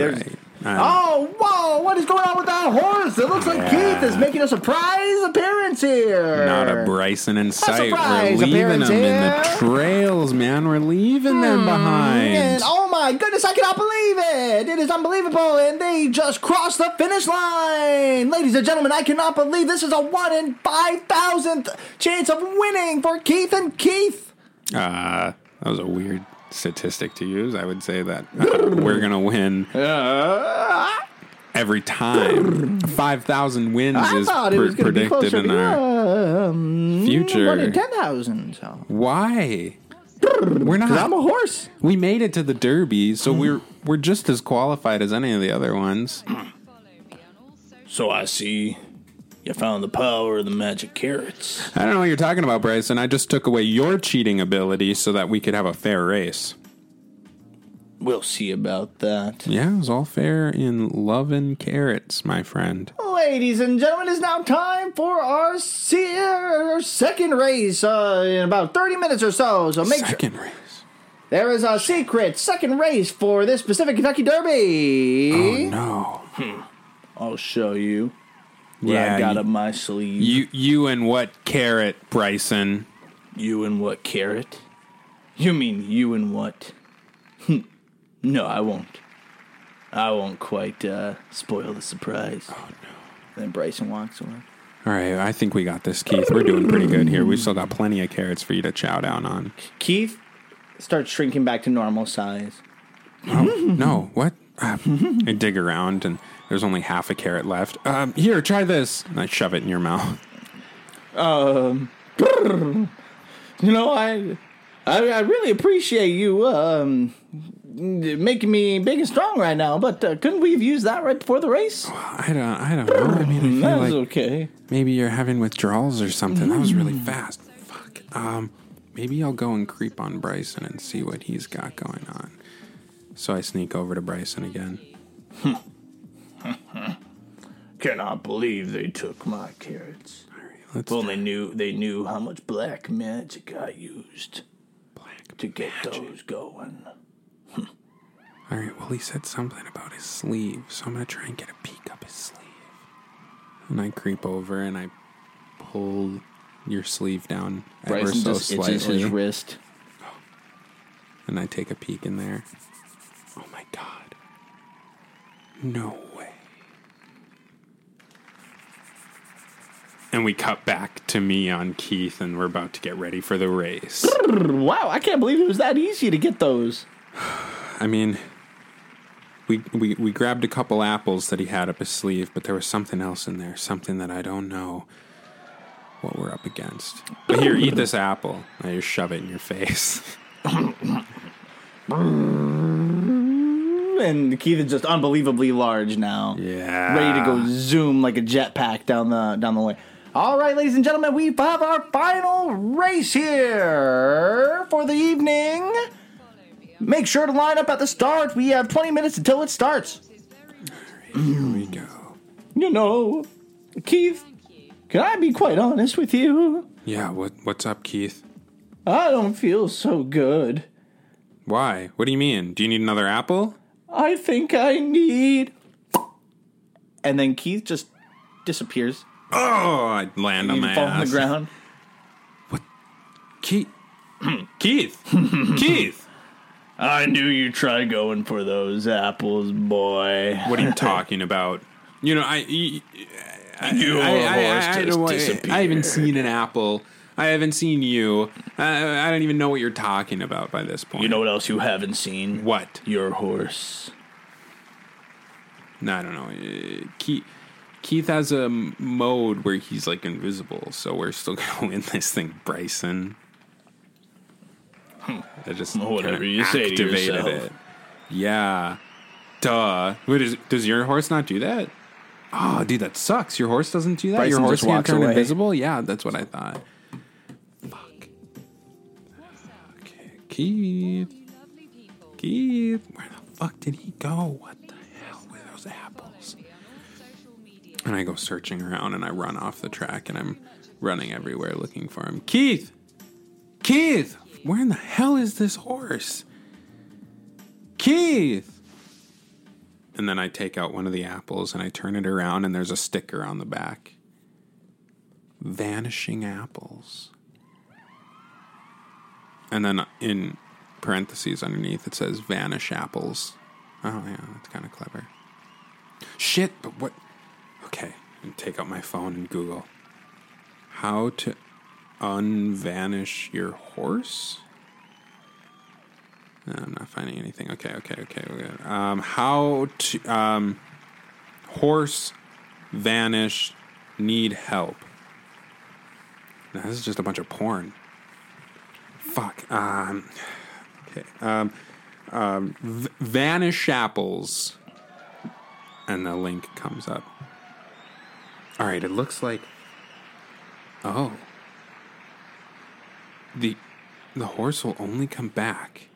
[SPEAKER 3] there's-
[SPEAKER 2] right. Uh,
[SPEAKER 3] Oh, whoa! What is going on with that horse? It looks like
[SPEAKER 2] Yeah.
[SPEAKER 3] Keith is making a surprise appearance here.
[SPEAKER 2] not a Bryson in sight. We're
[SPEAKER 3] surprise
[SPEAKER 2] leaving
[SPEAKER 3] appearance
[SPEAKER 2] them in the
[SPEAKER 3] here.
[SPEAKER 2] trails, man. We're leaving them behind.
[SPEAKER 3] Hmm, And oh my goodness, I cannot believe it! It is unbelievable, and they just crossed the finish line! Ladies and gentlemen, I cannot believe this is a 1 in 5,000th chance of winning for Keith and Keith!
[SPEAKER 2] Uh, that was a weird statistic to use. I would say that uh, we're going to win Uh, every time. 5,000 wins
[SPEAKER 3] I
[SPEAKER 2] is
[SPEAKER 3] thought it
[SPEAKER 2] pre-
[SPEAKER 3] was going to be
[SPEAKER 2] predicted
[SPEAKER 3] closer
[SPEAKER 2] in
[SPEAKER 3] to
[SPEAKER 2] our.
[SPEAKER 3] um,
[SPEAKER 2] Future.
[SPEAKER 3] one in ten thousand. So
[SPEAKER 2] Why? We're not.
[SPEAKER 3] I'm a horse.
[SPEAKER 2] we made it to the Derby, so we're we're just as qualified as any of the other ones.
[SPEAKER 6] So I see you found the power of the magic carrots.
[SPEAKER 2] I don't know what you're talking about, Bryson. I just took away your cheating ability so that we could have a fair race.
[SPEAKER 6] We'll see about that.
[SPEAKER 2] Yeah, it was all fair in love and carrots, my friend.
[SPEAKER 3] Ladies and gentlemen, it's now time for our, se- our second race uh, in about 30 minutes or so. So make sure
[SPEAKER 2] Second race.
[SPEAKER 3] there is a secret second race for this Pacific Kentucky Derby.
[SPEAKER 2] Oh no.
[SPEAKER 6] I'll show you what I got up my sleeve.
[SPEAKER 2] you you and what carrot, Bryson?
[SPEAKER 6] You and what carrot? You mean you and
[SPEAKER 3] (laughs)
[SPEAKER 6] what? Hmm. no, I won't. I won't quite uh, spoil the surprise. Oh no! Then Bryson walks away.
[SPEAKER 2] All right, I think we got this, Keith. We're doing pretty good here. We've still got plenty of carrots for you to chow down on.
[SPEAKER 3] Keith starts shrinking back to normal size. Mm-hmm.
[SPEAKER 2] No, what? Uh, I dig around, and there's only half a carrot left. Um, here, try this. And I shove it in your mouth.
[SPEAKER 3] You know, I, I, I really appreciate you um, making me big and strong right now, but uh, couldn't we have used that right before the race?
[SPEAKER 2] I don't, I don't know. I mean, I
[SPEAKER 3] That
[SPEAKER 2] feel
[SPEAKER 3] was
[SPEAKER 2] like
[SPEAKER 3] okay.
[SPEAKER 2] maybe you're having withdrawals or something. That was really fast. Fuck. Um, maybe I'll go and creep on Bryson and see what he's got going on. So I sneak over to Bryson again.
[SPEAKER 6] Cannot believe they took my carrots.
[SPEAKER 2] Let's
[SPEAKER 6] Well, they knew they knew how much black magic I used
[SPEAKER 2] black
[SPEAKER 6] to get those going.
[SPEAKER 2] All right. Well, he said something about his sleeve, so I'm gonna try and get a peek up his sleeve. And I creep over and I pull your sleeve down ever so slightly,
[SPEAKER 3] wrist. (laughs)
[SPEAKER 2] and I take a peek in there. Oh my god! No way! And we cut back to me on Keith, and we're about to get ready for the race.
[SPEAKER 3] Wow, I can't believe it was that easy to get those.
[SPEAKER 2] I mean, we, we we grabbed a couple apples that he had up his sleeve, but there was something else in there, something that I don't know what we're up against. But here, eat this apple. I just shove it in your face. (laughs)
[SPEAKER 3] And Keith is just unbelievably large now.
[SPEAKER 2] Yeah.
[SPEAKER 3] Ready to go zoom like a jetpack down the down the way. All right, ladies and gentlemen, we have our final race here for the evening. Make sure to line up at the start. We have 20 minutes until it starts.
[SPEAKER 2] Here we go.
[SPEAKER 3] You know, Keith, can I be quite honest with you?
[SPEAKER 2] Yeah. What what's up, Keith?
[SPEAKER 3] I don't feel so good.
[SPEAKER 2] Why? What do you mean? Do you need another apple?
[SPEAKER 3] I think I need. And then Keith just disappears.
[SPEAKER 2] Oh, I land on
[SPEAKER 3] You
[SPEAKER 2] my
[SPEAKER 3] fall
[SPEAKER 2] ass.
[SPEAKER 3] on the ground.
[SPEAKER 2] Keith. Keith. Keith.
[SPEAKER 6] I knew you'd try going for those apples, boy.
[SPEAKER 2] What are you talking about? You know, I. y-
[SPEAKER 6] You
[SPEAKER 2] I, I, I,
[SPEAKER 6] almost
[SPEAKER 2] I
[SPEAKER 6] just
[SPEAKER 2] don't wa-
[SPEAKER 6] disappeared.
[SPEAKER 2] I haven't seen an apple. I haven't seen you. I, I don't even know what you're talking about by this point.
[SPEAKER 6] You know what else you haven't seen?
[SPEAKER 2] what?
[SPEAKER 6] Your horse.
[SPEAKER 2] No, I don't know. Uh, Keith, Keith has a m- mode where he's like invisible, so we're still (laughs) gonna win this thing, Bryson. I just
[SPEAKER 6] Hmm. Well, whatever
[SPEAKER 2] kinda
[SPEAKER 6] you say to
[SPEAKER 2] activated
[SPEAKER 6] yourself.
[SPEAKER 2] it. Yeah, duh. What is? Does your horse not do that? Oh, dude, that sucks. Your horse doesn't do that.
[SPEAKER 3] Bryson
[SPEAKER 2] your horse
[SPEAKER 3] just
[SPEAKER 2] can't
[SPEAKER 3] walks
[SPEAKER 2] turn
[SPEAKER 3] away.
[SPEAKER 2] invisible. Yeah, that's what I thought. Fuck. Okay, Keith. Keith, where the fuck did he go? What the hell were those apples? And I go searching around and I run off the track and I'm running everywhere looking for him. Keith! Keith! Where in the hell is this horse? Keith! And then I take out one of the apples and I turn it around and there's a sticker on the back. Vanishing apples. And then in parentheses underneath, it says vanish apples. Oh, yeah, that's kind of clever. Shit, but what? Okay, and take out my phone and Google. How to unvanish your horse? No, I'm not finding anything. Okay, okay, okay. okay. Um, how to. Um, horse vanish, need help. No, this is just a bunch of porn. Fuck. Um, okay. Um, um, v- Vanish Apples. And the link comes up. All right, it looks like. Oh. The, the horse will only come back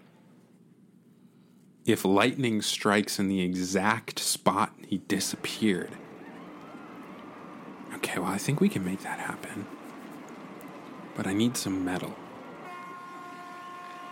[SPEAKER 2] if lightning strikes in the exact spot he disappeared. Okay, well, I think we can make that happen. But I need some metal.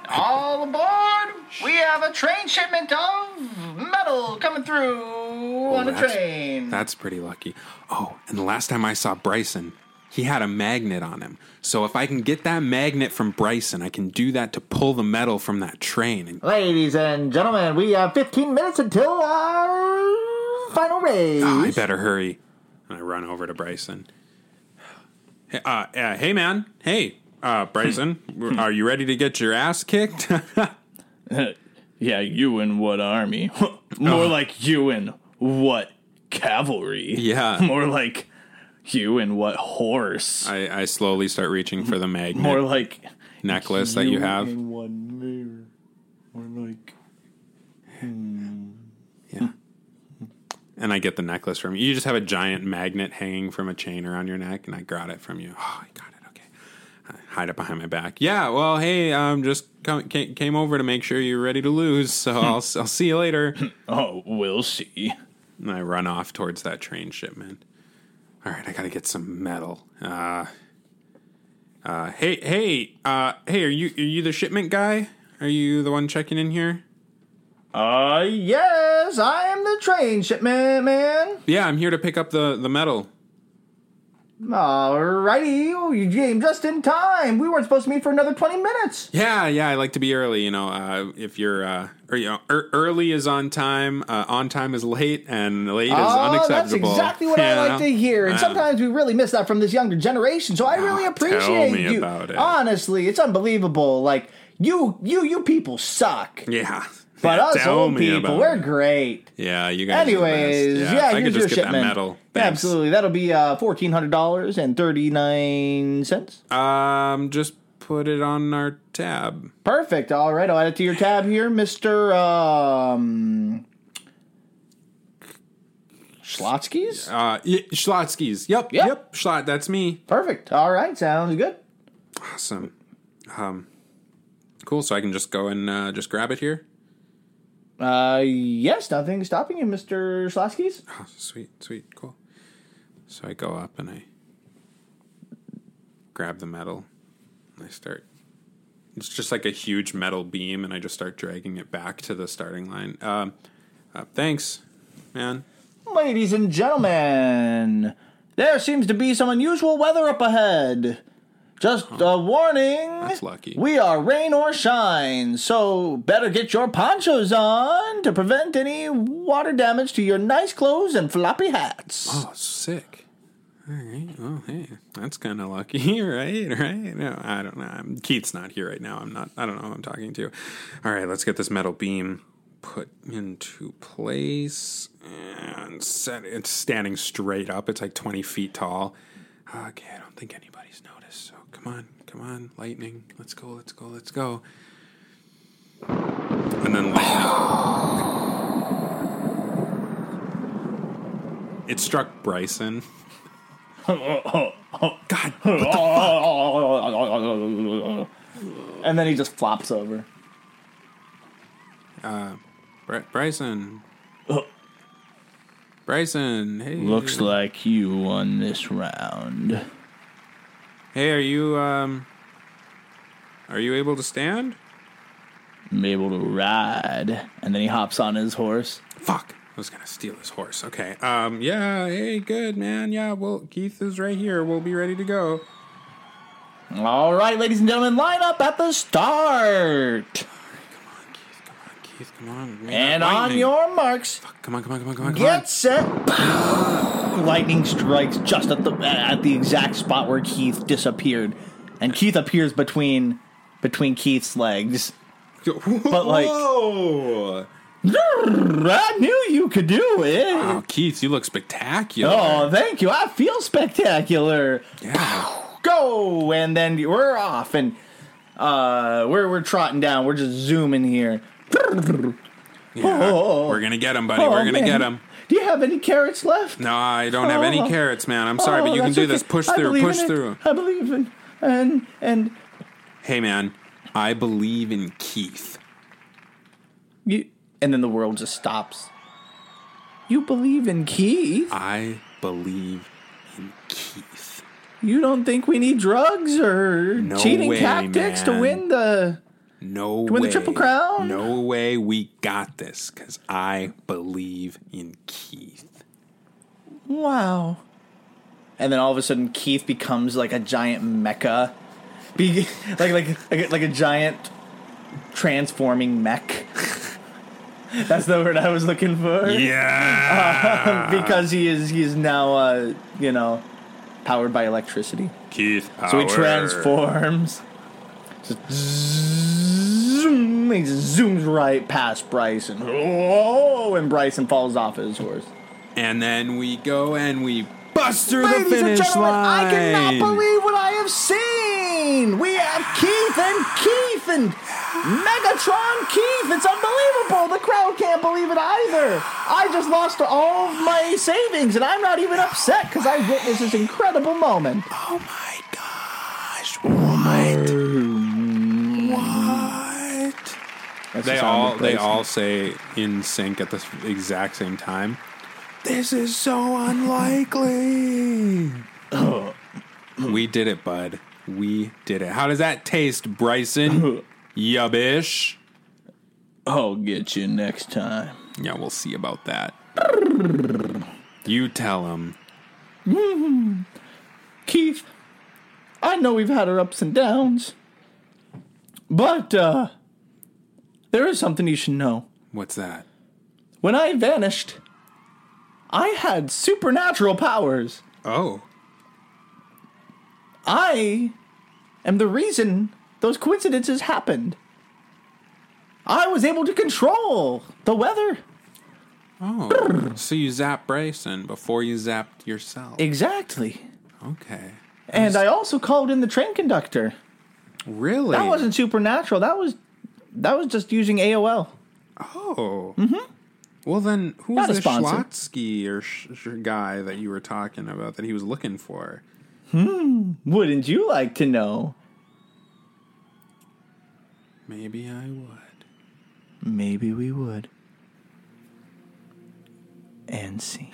[SPEAKER 7] All aboard! We have a train shipment of metal coming through Oh, on a
[SPEAKER 2] Well, that's-
[SPEAKER 7] train.
[SPEAKER 2] That's pretty lucky. Oh, and the last time I saw Bryson, he had a magnet on him. So if I can get that magnet from Bryson, I can do that to pull the metal from that train. And
[SPEAKER 7] Ladies and gentlemen, we have 15 minutes until our final race.
[SPEAKER 2] Ah, I better hurry. And I run over to Bryson. Hey, uh, uh, hey man. Hey, uh, Bryson,
[SPEAKER 7] (clears throat)
[SPEAKER 2] are you ready to get your ass kicked? (laughs)
[SPEAKER 3] yeah, you in what army? (laughs) More like you in what cavalry?
[SPEAKER 2] Yeah.
[SPEAKER 3] (laughs) More like you in what horse?
[SPEAKER 2] I, I slowly start reaching for the magnet
[SPEAKER 3] More like
[SPEAKER 2] necklace that you have.
[SPEAKER 3] in one mirror. More like
[SPEAKER 2] Yeah. And I get the necklace from you. You just have a giant magnet hanging from a chain around your neck, and I got it from you. (gasps) Oh, I got it. Okay. I hide it behind my back. Yeah. Well, hey, um, just come, ca- came over to make sure you're ready to lose. So I'll s- I'll see you later.
[SPEAKER 3] oh, we'll see.
[SPEAKER 2] And I run off towards that train shipment. All right, I gotta get some metal. Uh, uh, hey, hey, uh, hey, are you are you the shipment guy? Are you the one checking in here?
[SPEAKER 7] Uh, yes, I am the train shipment man.
[SPEAKER 2] Yeah, I'm here to pick up the the metal.
[SPEAKER 7] Alrighty, oh, you came just in time. We weren't supposed to meet for another 20 minutes.
[SPEAKER 2] Yeah, yeah, I like to be early. You know, uh, if you're uh, or, you know, er- early is on time, uh, on time is late, and late is
[SPEAKER 7] Oh, that's
[SPEAKER 2] unacceptable.
[SPEAKER 7] exactly what
[SPEAKER 2] You
[SPEAKER 7] I like
[SPEAKER 2] know?
[SPEAKER 7] to hear. And
[SPEAKER 2] Uh,
[SPEAKER 7] sometimes we really miss that from this younger generation. So I really
[SPEAKER 2] tell
[SPEAKER 7] appreciate
[SPEAKER 2] me
[SPEAKER 7] you.
[SPEAKER 2] about it.
[SPEAKER 7] Honestly, it's unbelievable. Like you, you, you people suck. (laughs)
[SPEAKER 2] yeah,
[SPEAKER 7] But
[SPEAKER 2] Yeah,
[SPEAKER 7] us
[SPEAKER 2] tell
[SPEAKER 7] old
[SPEAKER 2] me
[SPEAKER 7] people,
[SPEAKER 2] about
[SPEAKER 7] we're
[SPEAKER 2] it.
[SPEAKER 7] great.
[SPEAKER 2] Yeah, you guys. are the
[SPEAKER 7] Anyways,
[SPEAKER 2] best.
[SPEAKER 7] yeah,
[SPEAKER 2] if I
[SPEAKER 7] here's
[SPEAKER 2] could
[SPEAKER 7] your
[SPEAKER 2] just get
[SPEAKER 7] shipment.
[SPEAKER 2] that metal.
[SPEAKER 7] Yeah,
[SPEAKER 2] Thanks.
[SPEAKER 7] absolutely, that'll be uh, fourteen hundred dollars and thirty nine cents.
[SPEAKER 2] Um, just put it on our tab.
[SPEAKER 7] Perfect. All right, I'll add it to your tab here, Mister um, Schlotsky's.
[SPEAKER 2] Uh, y- Schlotsky's. Yep,
[SPEAKER 7] Yeah.
[SPEAKER 2] yep, Schlot. That's me.
[SPEAKER 7] Perfect. All right, sounds good.
[SPEAKER 2] Awesome. Um, cool. So I can just go and uh, just grab it here.
[SPEAKER 7] Uh, yes, nothing stopping you, Mister Schlotsky's.
[SPEAKER 2] Oh, sweet, sweet, cool. So I go up and I grab the metal and I start. It's just like a huge metal beam, and I just start dragging it back to the starting line. Um, uh, thanks, man.
[SPEAKER 7] Ladies and gentlemen, there seems to be some unusual weather up ahead. Just a warning.
[SPEAKER 2] That's lucky.
[SPEAKER 7] We are rain or shine, so better get your ponchos on to prevent any water damage to your nice clothes and floppy hats.
[SPEAKER 2] Oh, sick. All right. Oh, hey, that's kind of lucky, (laughs) right? Right? No, I don't know. I'm, Keith's not here right now. I'm not. I don't know who I'm talking to. All right, let's get this metal beam put into place and set. It's standing straight up. It's like 20 feet tall. Okay, I don't think anybody's noticed. So come on, come on, lightning. Let's go. Let's go. Let's go. And then lightning. It struck Bryson. God
[SPEAKER 7] And then he just flops over.
[SPEAKER 2] Bry- Bryson.
[SPEAKER 7] Oh.
[SPEAKER 2] Bryson, hey.
[SPEAKER 3] Looks like you won this round.
[SPEAKER 2] Hey, are you um are you able to stand?
[SPEAKER 3] I'm able to ride, and then he hops on his horse.
[SPEAKER 2] Fuck. I was going to steal his horse. Okay. Um yeah, hey, good man. Yeah, well Keith is right here. We'll be ready to go.
[SPEAKER 7] All right, ladies and gentlemen, line up at the start.
[SPEAKER 2] Keith, come on, Keith, come on. Man,
[SPEAKER 7] And
[SPEAKER 2] that
[SPEAKER 7] on
[SPEAKER 2] lightning.
[SPEAKER 7] your marks,
[SPEAKER 2] Come on, come on, come on, come on. Come
[SPEAKER 7] Get set. Lightning strikes just at the at the exact spot where Keith disappeared, and Keith appears between between Keith's legs.
[SPEAKER 2] on.
[SPEAKER 7] (laughs) But, like-
[SPEAKER 2] Whoa.
[SPEAKER 7] I knew you could do it.
[SPEAKER 2] Oh, Keith, you look spectacular.
[SPEAKER 7] Oh, thank you. I feel spectacular.
[SPEAKER 2] yeah.
[SPEAKER 7] go!" And then we're off, and uh, we're we're trotting down. We're just zooming here. Oh.
[SPEAKER 2] We're gonna get him, buddy. We're
[SPEAKER 7] Oh,
[SPEAKER 2] gonna
[SPEAKER 7] man.
[SPEAKER 2] get him.
[SPEAKER 7] Do you have any carrots left?
[SPEAKER 2] No, I don't have any
[SPEAKER 7] Oh.
[SPEAKER 2] carrots, man. I'm sorry,
[SPEAKER 7] Oh,
[SPEAKER 2] but you can
[SPEAKER 7] that's
[SPEAKER 2] do
[SPEAKER 7] okay.
[SPEAKER 2] this. Push
[SPEAKER 7] I
[SPEAKER 2] through.
[SPEAKER 7] believe
[SPEAKER 2] Push
[SPEAKER 7] in it.
[SPEAKER 2] through.
[SPEAKER 7] I believe in and and
[SPEAKER 2] Hey, man. I believe in Keith.
[SPEAKER 7] you. And then the world just stops. You believe in Keith?
[SPEAKER 2] I believe in Keith.
[SPEAKER 7] You don't think we need drugs or
[SPEAKER 2] No
[SPEAKER 7] cheating
[SPEAKER 2] way,
[SPEAKER 7] tactics to
[SPEAKER 2] man.
[SPEAKER 7] win the?
[SPEAKER 2] No
[SPEAKER 7] win the
[SPEAKER 2] way.
[SPEAKER 7] Triple Crown?
[SPEAKER 2] No way. We got this because I believe in Keith.
[SPEAKER 7] Wow. And then all of a sudden, Keith becomes like a giant mecha, Be- (laughs) like like like a, like a giant transforming mech. (laughs) That's the word I was looking for.
[SPEAKER 2] Yeah.
[SPEAKER 7] because he is he is now uh, you know powered by electricity,
[SPEAKER 2] Keith.
[SPEAKER 7] so he
[SPEAKER 2] Power.
[SPEAKER 7] transforms. Just zoom, he just zooms right past Bryson. Oh, and Bryson falls off his horse.
[SPEAKER 2] And then we go and we bust through the
[SPEAKER 7] Ladies and
[SPEAKER 2] finish
[SPEAKER 7] gentlemen,
[SPEAKER 2] line.
[SPEAKER 7] I cannot believe what I have seen. We have Keith and Keith and Megatron Keith. It's unbelievable. The crowd can't believe it either. I just lost all of my savings, and I'm not even upset because I witnessed this incredible moment.
[SPEAKER 2] Oh my gosh! What? What? they all they all say in sync at the s- exact same time. This is so unlikely. we did it, bud. We did it. How does that taste, Bryson? Yubbish.
[SPEAKER 3] I'll get you next time.
[SPEAKER 2] Yeah, we'll see about that. You tell him.
[SPEAKER 7] Keith, I know we've had our ups and downs, but uh, there is something you should know.
[SPEAKER 2] What's that?
[SPEAKER 7] When I vanished, I had supernatural powers.
[SPEAKER 2] Oh.
[SPEAKER 7] I am the reason those coincidences happened. I was able to control the weather.
[SPEAKER 2] Oh. so you zapped Bryson before you zapped yourself.
[SPEAKER 7] Exactly.
[SPEAKER 2] Okay.
[SPEAKER 7] And I also called in the train conductor.
[SPEAKER 2] Really?
[SPEAKER 7] That wasn't supernatural. That was that was just using AOL.
[SPEAKER 2] Oh. Mm-hmm. Well, then, who
[SPEAKER 7] Not a
[SPEAKER 2] was the
[SPEAKER 7] sponsor.
[SPEAKER 2] Schlotsky or sh- sh- guy that you were talking about that he was looking for?
[SPEAKER 7] Wouldn't you like to know?
[SPEAKER 2] Maybe I would.
[SPEAKER 7] Maybe we would. And see.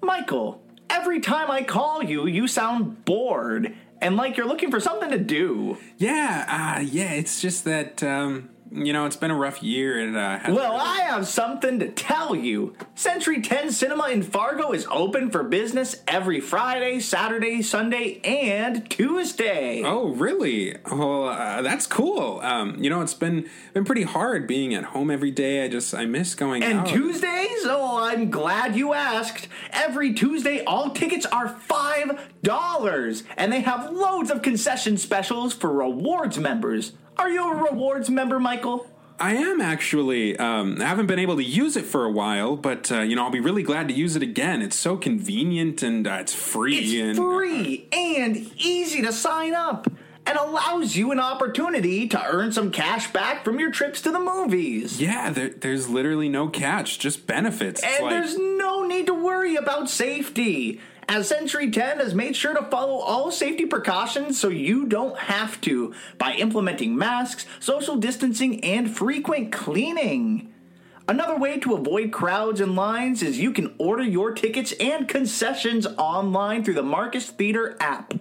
[SPEAKER 7] Michael, every time I call you, you sound bored and like you're looking for something to do.
[SPEAKER 2] Yeah, uh, yeah, it's just that, um, you know, it's been a rough year and uh, hasn't
[SPEAKER 7] Well,
[SPEAKER 2] really-
[SPEAKER 7] I have something to tell you. Century 10 Cinema in Fargo is open for business every Friday, Saturday, Sunday, and Tuesday.
[SPEAKER 2] Oh, really? Well, uh, that's cool. Um, you know, it's been been pretty hard being at home every day. I just I miss going
[SPEAKER 7] And
[SPEAKER 2] out.
[SPEAKER 7] Tuesdays? Oh, I'm glad you asked. Every Tuesday, all tickets are $5, and they have loads of concession specials for rewards members. Are you a rewards member, Michael?
[SPEAKER 2] I am actually. Um, I haven't been able to use it for a while, but uh, you know, I'll be really glad to use it again. It's so convenient and uh, it's free. and,
[SPEAKER 7] It's free and easy to sign up and allows you an opportunity to earn some cash back from your trips to the movies.
[SPEAKER 2] Yeah, there, there's literally no catch, just benefits. It's
[SPEAKER 7] And
[SPEAKER 2] like-
[SPEAKER 7] there's no need to worry about safety, as Century 10 has made sure to follow all safety precautions so you don't have to by implementing masks, social distancing, and frequent cleaning. Another way to avoid crowds and lines is you can order your tickets and concessions online through the Marcus Theater app,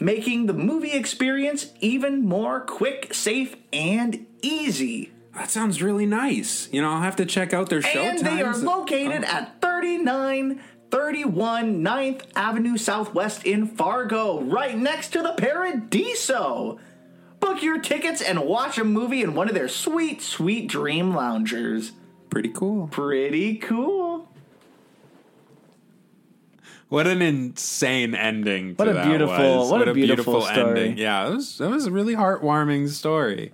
[SPEAKER 7] making the movie experience even more quick, safe, and easy.
[SPEAKER 2] that sounds really nice. You know, I'll have to check out their show
[SPEAKER 7] And they are
[SPEAKER 2] times.
[SPEAKER 7] located at 3931 9th Avenue Southwest in Fargo, right next to the Paradiso. Book your tickets and watch a movie in one of their sweet, sweet dream loungers.
[SPEAKER 2] Pretty cool.
[SPEAKER 7] Pretty cool.
[SPEAKER 2] What an insane ending! to
[SPEAKER 7] What a
[SPEAKER 2] that
[SPEAKER 7] beautiful-
[SPEAKER 2] was.
[SPEAKER 7] what a beautiful story.
[SPEAKER 2] Yeah, that was that was a really heartwarming story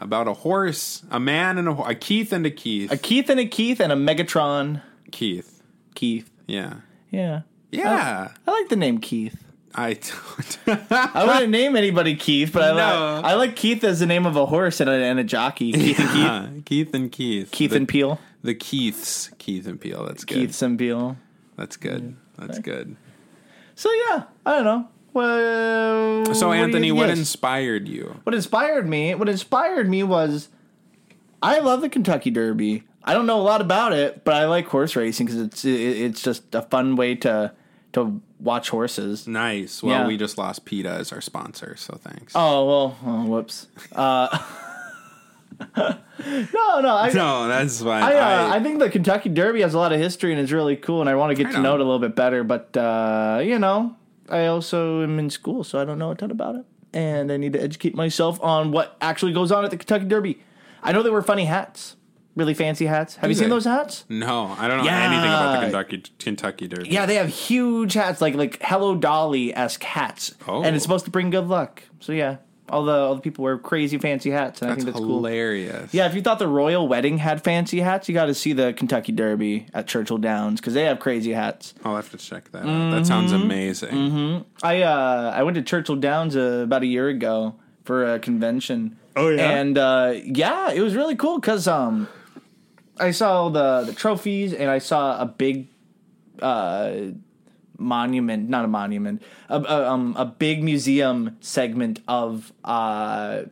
[SPEAKER 2] about a horse, a man, and a, ho- a Keith and a Keith,
[SPEAKER 7] Keith and a Keith and a Megatron
[SPEAKER 2] Keith.
[SPEAKER 7] Keith.
[SPEAKER 2] Yeah,
[SPEAKER 7] Yeah.
[SPEAKER 2] yeah.
[SPEAKER 7] I like the name Keith.
[SPEAKER 2] I (laughs)
[SPEAKER 3] I wouldn't name anybody Keith, but I,
[SPEAKER 2] No.
[SPEAKER 3] like, I like Keith as the name
[SPEAKER 2] (laughs)
[SPEAKER 3] of a horse and a, and a jockey. Keith and Keith.
[SPEAKER 2] Keith? Uh, Keith and Keith.
[SPEAKER 3] Keith
[SPEAKER 2] the,
[SPEAKER 3] and Peel.
[SPEAKER 2] The Keiths. Keith and Peel. That's good.
[SPEAKER 3] Keiths and Peel.
[SPEAKER 2] That's good. That's good.
[SPEAKER 3] So yeah, I don't know. Well,
[SPEAKER 2] So
[SPEAKER 3] what do you-
[SPEAKER 2] Anthony, what
[SPEAKER 3] yes.
[SPEAKER 2] inspired you?
[SPEAKER 3] what inspired me? What inspired me was I love the Kentucky Derby. I don't know a lot about it, but I like horse racing because it's it, it's just a fun way to to watch horses.
[SPEAKER 2] Nice. Well,
[SPEAKER 3] Yeah.
[SPEAKER 2] we just lost PETA as our sponsor, so thanks.
[SPEAKER 3] Oh well, oh, whoops. Uh, (laughs) no, no, I.
[SPEAKER 2] (laughs) no, that's fine.
[SPEAKER 3] I, uh,
[SPEAKER 2] I-
[SPEAKER 3] I think the Kentucky Derby has a lot of history and is really cool, and I want to get
[SPEAKER 2] I
[SPEAKER 3] to know
[SPEAKER 2] know.
[SPEAKER 3] it a little bit better. But uh, you know, I also am in school, so I don't know a ton about it, and I need to educate myself on what actually goes on at the Kentucky Derby. I know they wear funny hats, really fancy hats. Have you
[SPEAKER 2] Do
[SPEAKER 3] seen
[SPEAKER 2] they?
[SPEAKER 3] those hats?
[SPEAKER 2] no, I don't know
[SPEAKER 3] Yeah.
[SPEAKER 2] anything about the Kentucky Kentucky Derby.
[SPEAKER 3] Yeah, they have huge hats, like like Hello Dolly esque hats,
[SPEAKER 2] Oh.
[SPEAKER 3] and it's supposed to bring good luck. So yeah, all the all the people wear crazy fancy hats, and
[SPEAKER 2] that's,
[SPEAKER 3] I think that's cool.
[SPEAKER 2] hilarious.
[SPEAKER 3] Yeah, if you thought the royal wedding had fancy hats, you got to see the Kentucky Derby at Churchill Downs because they have crazy hats.
[SPEAKER 2] I'll have to check that. out. That sounds
[SPEAKER 3] Mm-hmm.
[SPEAKER 2] amazing.
[SPEAKER 3] I uh, I went to Churchill Downs uh, about a year ago for a convention.
[SPEAKER 2] Oh, yeah?
[SPEAKER 3] and uh, yeah, it was really cool because um, I saw the the trophies and I saw a big uh monument, not a monument, a, a, um, a big museum segment of uh,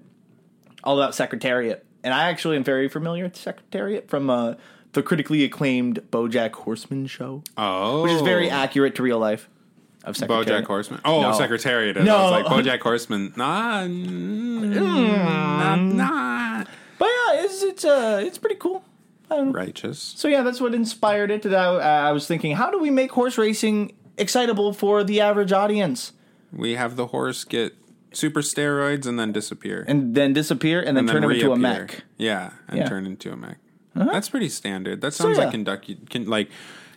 [SPEAKER 3] all about Secretariat, and I actually am very familiar with Secretariat from uh, the critically acclaimed BoJack Horseman show,
[SPEAKER 2] Oh,
[SPEAKER 3] which is very accurate to real life. Of
[SPEAKER 2] BoJack
[SPEAKER 3] Secretariat.
[SPEAKER 2] Horseman. Oh,
[SPEAKER 3] No.
[SPEAKER 2] Secretariat.
[SPEAKER 3] No.
[SPEAKER 2] No, I was like BoJack Horseman. Nah,
[SPEAKER 3] (laughs)
[SPEAKER 2] mm, not,
[SPEAKER 3] Mm.
[SPEAKER 2] not
[SPEAKER 3] But yeah, it's it's uh it's pretty cool.
[SPEAKER 2] righteous.
[SPEAKER 3] So yeah, that's what inspired it. And I, I was thinking, how do we make horse racing excitable for the average audience,
[SPEAKER 2] We have the horse get super steroids and then disappear.
[SPEAKER 3] and then disappear and then,
[SPEAKER 2] and
[SPEAKER 3] turn
[SPEAKER 2] then
[SPEAKER 3] him into a
[SPEAKER 2] reappear.
[SPEAKER 3] mech?
[SPEAKER 2] Yeah, and
[SPEAKER 3] Yeah. Uh-huh.
[SPEAKER 2] turn into a mech. That's pretty standard. That
[SPEAKER 3] So,
[SPEAKER 2] sounds
[SPEAKER 3] yeah.
[SPEAKER 2] like Kentucky, Ken- like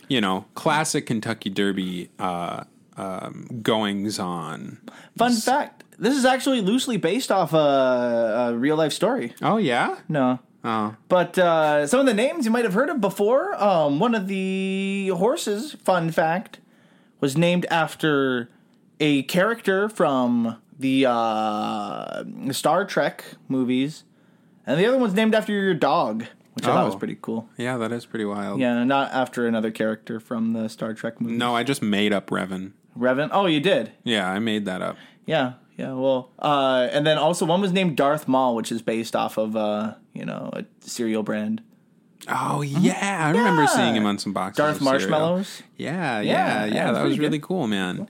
[SPEAKER 2] you know, classic Kentucky Derby uh, um, goings on.
[SPEAKER 3] Fun fact: This is actually loosely based off a, a real life story.
[SPEAKER 2] Oh yeah,
[SPEAKER 3] No.
[SPEAKER 2] oh
[SPEAKER 3] But uh, some of the names you might have heard of before. Um, one of the horses, fun fact, was named after a character from the uh, Star Trek movies, and the other one's named after your dog, which I thought was
[SPEAKER 2] Oh.
[SPEAKER 3] pretty cool.
[SPEAKER 2] yeah, that is pretty wild.
[SPEAKER 3] Yeah, not after another character from the Star Trek movie.
[SPEAKER 2] No, I just made up Revan.
[SPEAKER 3] Revan. Oh, you did.
[SPEAKER 2] Yeah, I made that up.
[SPEAKER 3] Yeah, yeah. Well, uh, and then also one was named Darth Maul, which is based off of uh, you know a cereal brand.
[SPEAKER 2] Oh
[SPEAKER 3] Mm-hmm.
[SPEAKER 2] yeah, I remember seeing him on some boxes.
[SPEAKER 3] Darth
[SPEAKER 2] of cereal.
[SPEAKER 3] Marshmallows?
[SPEAKER 2] Yeah, yeah,
[SPEAKER 3] Yeah,
[SPEAKER 2] yeah.
[SPEAKER 3] yeah,
[SPEAKER 2] that
[SPEAKER 3] pretty
[SPEAKER 2] was really
[SPEAKER 3] good.
[SPEAKER 2] cool, man.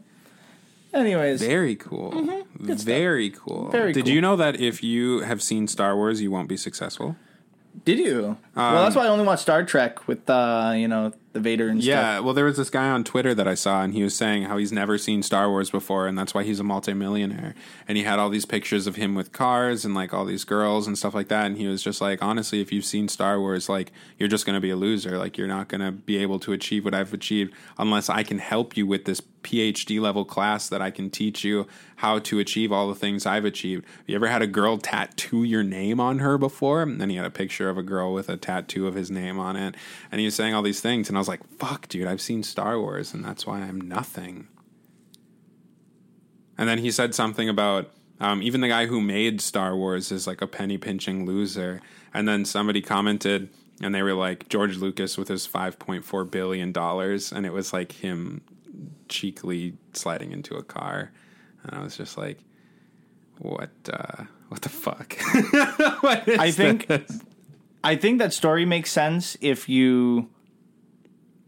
[SPEAKER 3] Anyways,
[SPEAKER 2] Very cool. Very cool.
[SPEAKER 3] Mm-hmm. Very
[SPEAKER 2] Did
[SPEAKER 3] cool.
[SPEAKER 2] you know that if you have seen Star Wars, you won't be successful?
[SPEAKER 3] Did you? well,
[SPEAKER 2] Um,
[SPEAKER 3] that's why I only watch Star Trek with uh, you know the Vader and
[SPEAKER 2] Yeah,
[SPEAKER 3] stuff.
[SPEAKER 2] well, there was this guy on Twitter that I saw, and he was saying how he's never seen Star Wars before, and that's why he's a multimillionaire. And he had all these pictures of him with cars and like all these girls and stuff like that. And he was just like, honestly, if you've seen Star Wars, like you're just going to be a loser. Like you're not going to be able to achieve what I've achieved unless I can help you with this PhD level class that I can teach you how to achieve all the things I've achieved. Have you ever had a girl tattoo your name on her before? And then he had a picture of a girl with a tattoo of his name on it. And he was saying all these things. And I was like, fuck, dude, I've seen Star Wars and that's why I'm nothing. And then he said something about um, even the guy who made Star Wars is like a penny pinching loser. And then somebody commented, and they were like George Lucas with his five point four billion dollars, and it was like him cheekily sliding into a car, and I was just like, what? Uh, what the
[SPEAKER 3] (laughs)
[SPEAKER 2] fuck? What is
[SPEAKER 3] I think
[SPEAKER 2] that?
[SPEAKER 3] (laughs) I think that story makes sense if you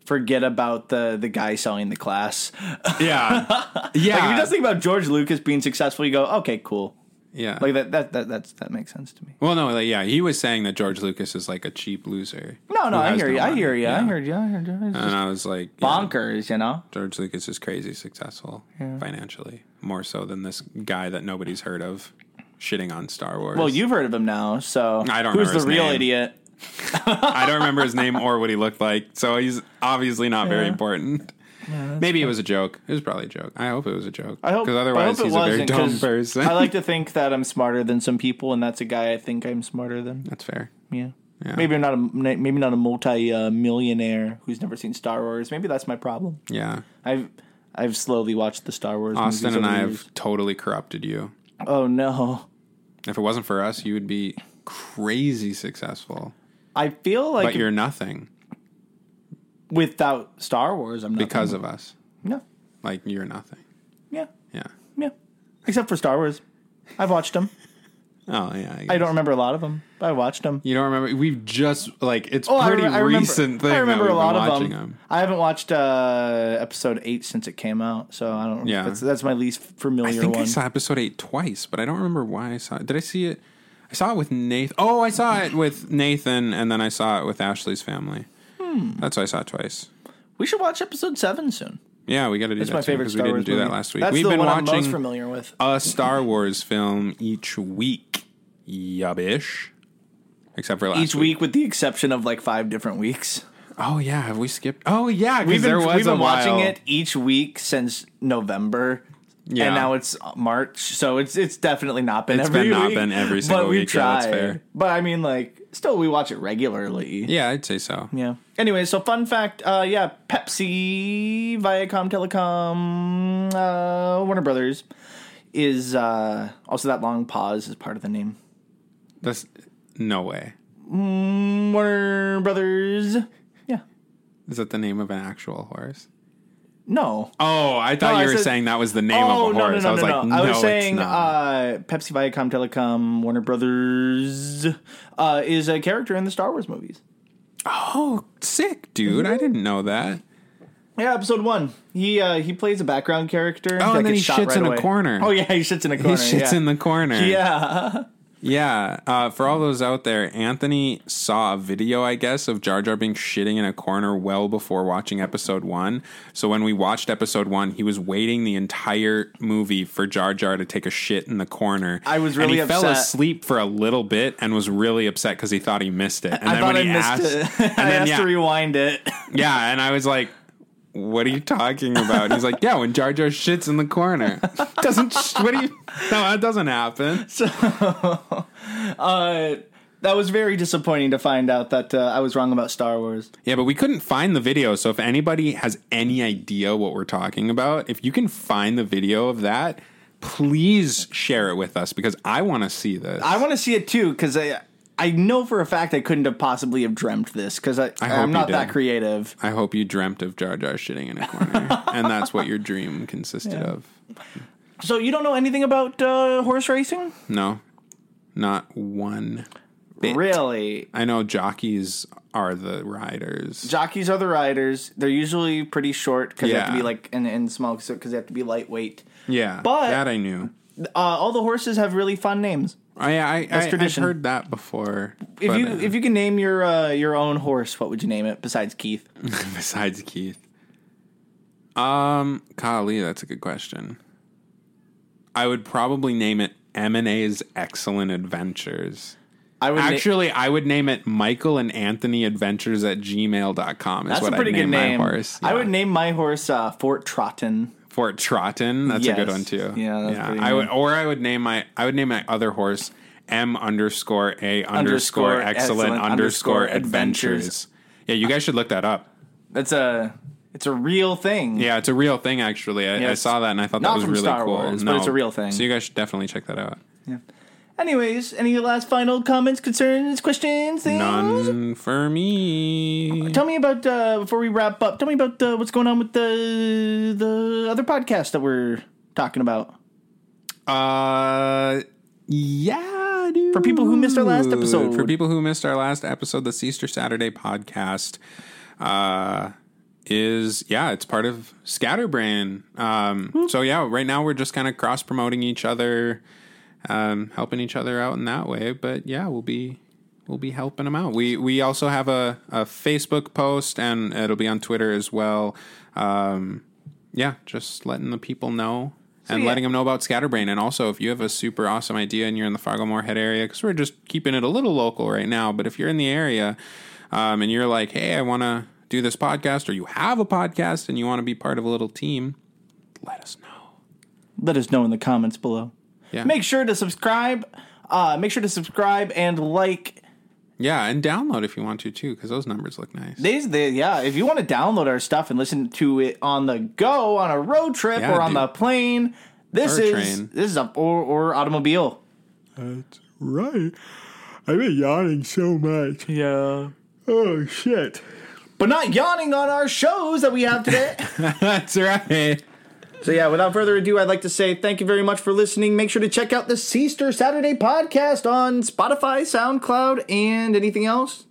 [SPEAKER 3] forget about the the guy selling the class.
[SPEAKER 2] (laughs) yeah,
[SPEAKER 3] Like if
[SPEAKER 2] yeah,
[SPEAKER 3] you just think about George Lucas being successful, you go, okay, cool.
[SPEAKER 2] yeah.
[SPEAKER 3] Like that that that that's, that makes sense to me.
[SPEAKER 2] well, no, like, yeah, he was saying that George Lucas is like a cheap loser.
[SPEAKER 3] No, no,
[SPEAKER 2] who
[SPEAKER 3] I
[SPEAKER 2] has
[SPEAKER 3] hear, you, I
[SPEAKER 2] money. Uh,
[SPEAKER 3] hear you. I hear you. I hear you. It's
[SPEAKER 2] And
[SPEAKER 3] just
[SPEAKER 2] I was like, yeah.
[SPEAKER 3] bonkers, you know.
[SPEAKER 2] George Lucas is crazy successful financially, more so than this guy that nobody's heard of shitting on Star Wars.
[SPEAKER 3] Well, Oh, you've heard of him now, so
[SPEAKER 2] I don't
[SPEAKER 3] who's
[SPEAKER 2] remember
[SPEAKER 3] the
[SPEAKER 2] his
[SPEAKER 3] real
[SPEAKER 2] name.
[SPEAKER 3] idiot?
[SPEAKER 2] I don't remember his name or what he looked like, so he's obviously not very important. Maybe it was a joke. It was probably a joke. I hope it was a joke.
[SPEAKER 3] I hope
[SPEAKER 2] because otherwise
[SPEAKER 3] I hope it
[SPEAKER 2] he's a very
[SPEAKER 3] wasn't,
[SPEAKER 2] dumb
[SPEAKER 3] 'cause
[SPEAKER 2] person.
[SPEAKER 3] I like to think that I'm smarter than some people, and that's a guy I think I'm smarter than.
[SPEAKER 2] That's fair.
[SPEAKER 3] Yeah. Maybe I'm not a maybe not a multi uh, millionaire who's never seen Star Wars. Maybe that's my problem.
[SPEAKER 2] Yeah,
[SPEAKER 3] I've I've slowly watched the Star Wars.
[SPEAKER 2] Austin
[SPEAKER 3] movies
[SPEAKER 2] and
[SPEAKER 3] over
[SPEAKER 2] I
[SPEAKER 3] the years.
[SPEAKER 2] have totally corrupted you.
[SPEAKER 3] Oh no,
[SPEAKER 2] If it wasn't for us, you would be crazy successful.
[SPEAKER 3] I feel like
[SPEAKER 2] But you're nothing
[SPEAKER 3] without Star Wars, I'm not
[SPEAKER 2] because of us.
[SPEAKER 3] no,
[SPEAKER 2] Like you're nothing.
[SPEAKER 3] yeah,
[SPEAKER 2] Yeah.
[SPEAKER 3] yeah, except for Star Wars. I've watched them.
[SPEAKER 2] Oh yeah.
[SPEAKER 3] I don't remember a lot of them. But I watched them.
[SPEAKER 2] You don't remember? We've just like it's
[SPEAKER 3] Oh, I re-
[SPEAKER 2] pretty
[SPEAKER 3] I remember-
[SPEAKER 2] recent thing.
[SPEAKER 3] I remember
[SPEAKER 2] that
[SPEAKER 3] a
[SPEAKER 2] we've
[SPEAKER 3] lot
[SPEAKER 2] been
[SPEAKER 3] of them.
[SPEAKER 2] watching them.
[SPEAKER 3] I haven't watched uh, episode eight since it came out, so I don't.
[SPEAKER 2] Yeah.
[SPEAKER 3] that's, that's my least familiar
[SPEAKER 2] I think
[SPEAKER 3] one.
[SPEAKER 2] I saw episode eight twice, but I don't remember why I saw it. Did I see it? I saw it with Nathan. Oh, I saw it with Nathan, and then I saw it with Ashley's family.
[SPEAKER 3] Hmm.
[SPEAKER 2] That's why I saw it twice.
[SPEAKER 3] we should watch episode seven soon.
[SPEAKER 2] Yeah, we got to do
[SPEAKER 3] That's
[SPEAKER 2] that
[SPEAKER 3] my
[SPEAKER 2] soon,
[SPEAKER 3] favorite
[SPEAKER 2] 'cause
[SPEAKER 3] Star
[SPEAKER 2] we didn't
[SPEAKER 3] Wars
[SPEAKER 2] do
[SPEAKER 3] movie.
[SPEAKER 2] that last week.
[SPEAKER 3] That's
[SPEAKER 2] We've
[SPEAKER 3] the
[SPEAKER 2] been
[SPEAKER 3] one
[SPEAKER 2] watching
[SPEAKER 3] I'm most familiar with.
[SPEAKER 2] a Star Wars film each week. Yubbish. Except for last
[SPEAKER 3] Each week, with the exception of like five different weeks.
[SPEAKER 2] Oh yeah, have we skipped? Oh yeah, because
[SPEAKER 3] We've been,
[SPEAKER 2] there was
[SPEAKER 3] we've
[SPEAKER 2] a
[SPEAKER 3] been watching
[SPEAKER 2] while.
[SPEAKER 3] it each week since November.
[SPEAKER 2] Yeah.
[SPEAKER 3] And now it's March, so it's it's definitely not been
[SPEAKER 2] It's
[SPEAKER 3] every
[SPEAKER 2] been not
[SPEAKER 3] week,
[SPEAKER 2] been every
[SPEAKER 3] but
[SPEAKER 2] single
[SPEAKER 3] we
[SPEAKER 2] week, yeah,
[SPEAKER 3] tried.
[SPEAKER 2] that's fair.
[SPEAKER 3] But I mean, like, still we watch it regularly.
[SPEAKER 2] Yeah, I'd say so.
[SPEAKER 3] Yeah. Anyway, so fun fact, uh, yeah, Pepsi, Viacom, Telecom, uh, Warner Brothers is uh, also that long pause is part of the name.
[SPEAKER 2] That's no way.
[SPEAKER 3] Warner Brothers. Yeah.
[SPEAKER 2] Is that the name of an actual horse?
[SPEAKER 3] No.
[SPEAKER 2] Oh, I thought
[SPEAKER 3] No, I
[SPEAKER 2] you were
[SPEAKER 3] said- oh,
[SPEAKER 2] saying that was the name of a horse. I was like, no,
[SPEAKER 3] I was
[SPEAKER 2] it's
[SPEAKER 3] saying
[SPEAKER 2] not.
[SPEAKER 3] uh, Pepsi, Viacom, Telecom, Warner Brothers uh, is a character in the Star Wars movies.
[SPEAKER 2] oh, sick, dude!
[SPEAKER 3] Mhm.
[SPEAKER 2] I didn't know that.
[SPEAKER 3] Yeah, episode one. He uh, he plays a background character.
[SPEAKER 2] Oh, and
[SPEAKER 3] that
[SPEAKER 2] then
[SPEAKER 3] gets
[SPEAKER 2] he
[SPEAKER 3] shot
[SPEAKER 2] shits
[SPEAKER 3] right
[SPEAKER 2] in a
[SPEAKER 3] away.
[SPEAKER 2] corner.
[SPEAKER 3] Oh yeah, he shits in a corner.
[SPEAKER 2] He shits
[SPEAKER 3] yeah.
[SPEAKER 2] in the corner.
[SPEAKER 3] yeah.
[SPEAKER 2] yeah. Uh, for all those out there, Anthony saw a video, I guess, of Jar Jar being shitting in a corner well before watching episode one. So when we watched episode one, he was waiting the entire movie for Jar Jar to take a shit in the corner.
[SPEAKER 3] I was
[SPEAKER 2] and
[SPEAKER 3] really
[SPEAKER 2] he fell
[SPEAKER 3] upset.
[SPEAKER 2] asleep for a little bit and was really upset because he thought he missed it. And
[SPEAKER 3] I thought I
[SPEAKER 2] he
[SPEAKER 3] missed
[SPEAKER 2] asked,
[SPEAKER 3] it. (laughs) I asked
[SPEAKER 2] yeah,
[SPEAKER 3] to rewind it.
[SPEAKER 2] Yeah, and I was like, "What are you talking about?" He's like, "Yeah, when Jar Jar shits in the corner, (laughs) doesn't sh- what do you? No, that doesn't happen."
[SPEAKER 3] Uh, that was very disappointing to find out that uh, I was wrong about Star Wars.
[SPEAKER 2] Yeah, but we couldn't find the video. So if anybody has any idea what we're talking about, if you can find the video of that, please share it with us because I want to see this.
[SPEAKER 3] I want to see it too because I I know for a fact I couldn't have possibly have dreamt this because I,
[SPEAKER 2] I
[SPEAKER 3] I
[SPEAKER 2] hope
[SPEAKER 3] am
[SPEAKER 2] you
[SPEAKER 3] not
[SPEAKER 2] did.
[SPEAKER 3] that creative.
[SPEAKER 2] I hope you dreamt of Jar Jar shitting in a
[SPEAKER 3] (laughs)
[SPEAKER 2] corner, and that's what your dream consisted of.
[SPEAKER 3] So you don't know anything about uh, horse racing,
[SPEAKER 2] No, not one. bit.
[SPEAKER 3] really?
[SPEAKER 2] I know jockeys are the riders.
[SPEAKER 3] Jockeys are the riders. They're usually pretty short because they have to
[SPEAKER 2] Yeah.
[SPEAKER 3] be like and, and small because they have to be lightweight.
[SPEAKER 2] yeah,
[SPEAKER 3] but-
[SPEAKER 2] that I knew.
[SPEAKER 3] Uh, all the horses have really fun names.
[SPEAKER 2] I I, I I've
[SPEAKER 3] tradition.
[SPEAKER 2] heard that before.
[SPEAKER 3] If
[SPEAKER 2] but,
[SPEAKER 3] you
[SPEAKER 2] uh,
[SPEAKER 3] if you can name your uh, your own horse, what would you name it besides Keith?
[SPEAKER 2] (laughs) besides Keith, um, Kali, that's a good question. I would probably name it M and A's Excellent Adventures.
[SPEAKER 3] I would na-
[SPEAKER 2] Actually, I would name it Michael and Anthony Adventures at gmail.com. Is
[SPEAKER 3] That's
[SPEAKER 2] what
[SPEAKER 3] a pretty
[SPEAKER 2] I'd
[SPEAKER 3] good
[SPEAKER 2] name
[SPEAKER 3] name.
[SPEAKER 2] my horse.
[SPEAKER 3] I
[SPEAKER 2] Yeah.
[SPEAKER 3] would name my horse uh, Fort Trotten.
[SPEAKER 2] Fort Trotten. That's a good
[SPEAKER 3] Yes.
[SPEAKER 2] one too.
[SPEAKER 3] Yeah, that's pretty
[SPEAKER 2] I
[SPEAKER 3] good.
[SPEAKER 2] would, or I would name my, I would name my other horse M underscore A underscore
[SPEAKER 3] Underscore
[SPEAKER 2] excellent
[SPEAKER 3] excellent
[SPEAKER 2] underscore
[SPEAKER 3] underscore
[SPEAKER 2] adventures.
[SPEAKER 3] adventures.
[SPEAKER 2] Yeah, you guys should look that up.
[SPEAKER 3] That's a it's a real thing.
[SPEAKER 2] Yeah, it's a real thing. Actually, I, I
[SPEAKER 3] Yes.
[SPEAKER 2] saw that and I thought
[SPEAKER 3] Not
[SPEAKER 2] that was
[SPEAKER 3] from
[SPEAKER 2] really
[SPEAKER 3] Star
[SPEAKER 2] cool.
[SPEAKER 3] Wars, but it's a real thing.
[SPEAKER 2] So you guys should definitely check that out.
[SPEAKER 3] Anyways, any last final comments, concerns, questions, things?
[SPEAKER 2] None for me.
[SPEAKER 3] Tell me about uh, before we wrap up. Tell me about uh, what's going on with the the other podcast that we're talking about.
[SPEAKER 2] Uh, yeah, dude.
[SPEAKER 3] For people who missed our last episode.
[SPEAKER 2] For people who missed our last episode, the Seaster Saturday podcast uh, is yeah, it's part of Scatterbrain.
[SPEAKER 3] Hmm.
[SPEAKER 2] Um, so yeah, right now we're just kind of cross promoting each other, um, helping each other out in that way. But yeah, we'll be we'll be helping them out. We we also have a, a Facebook post and it'll be on Twitter as well. Um, yeah, just letting the people know and letting them know about Scatterbrain. And also, if you have a super awesome idea and you're in the Fargo Moorhead area, because we're just keeping it a little local right now, but if you're in the area um, and you're like, hey, I want to do this podcast, or you have a podcast and you want to be part of a little team, let us know.
[SPEAKER 3] Let us know in the comments below.
[SPEAKER 2] Yeah.
[SPEAKER 3] Make sure to subscribe. Uh, make sure to subscribe and like
[SPEAKER 2] Yeah, and download if you want to too, because those numbers look nice.
[SPEAKER 7] These, they, yeah. If you want to download our stuff and listen to it on the go, on a road trip,
[SPEAKER 2] Yeah,
[SPEAKER 7] or on
[SPEAKER 2] dude.
[SPEAKER 7] the plane, this
[SPEAKER 2] Or a
[SPEAKER 7] is
[SPEAKER 2] train.
[SPEAKER 7] this is a or, or automobile.
[SPEAKER 8] Right. I've been yawning so much.
[SPEAKER 6] Yeah.
[SPEAKER 8] Oh, shit.
[SPEAKER 7] But not yawning on our shows that we have
[SPEAKER 2] (laughs)
[SPEAKER 7] today.
[SPEAKER 2] (laughs) That's right.
[SPEAKER 7] so yeah, without further ado, I'd like to say thank you very much for listening. Make sure to check out the Seaster Saturday podcast on Spotify, SoundCloud, and anything else.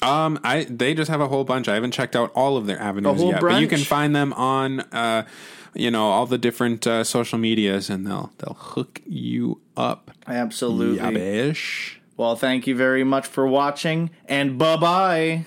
[SPEAKER 2] Um, I they just have a whole bunch. I haven't checked out all of their avenues
[SPEAKER 7] whole
[SPEAKER 2] yet, but you
[SPEAKER 7] brunch?
[SPEAKER 2] can find them on, uh, you know, all the different uh, social medias, and they'll they'll hook you up.
[SPEAKER 7] Absolutely.
[SPEAKER 2] Yabish.
[SPEAKER 7] Well, thank you very much for watching, and bye bye.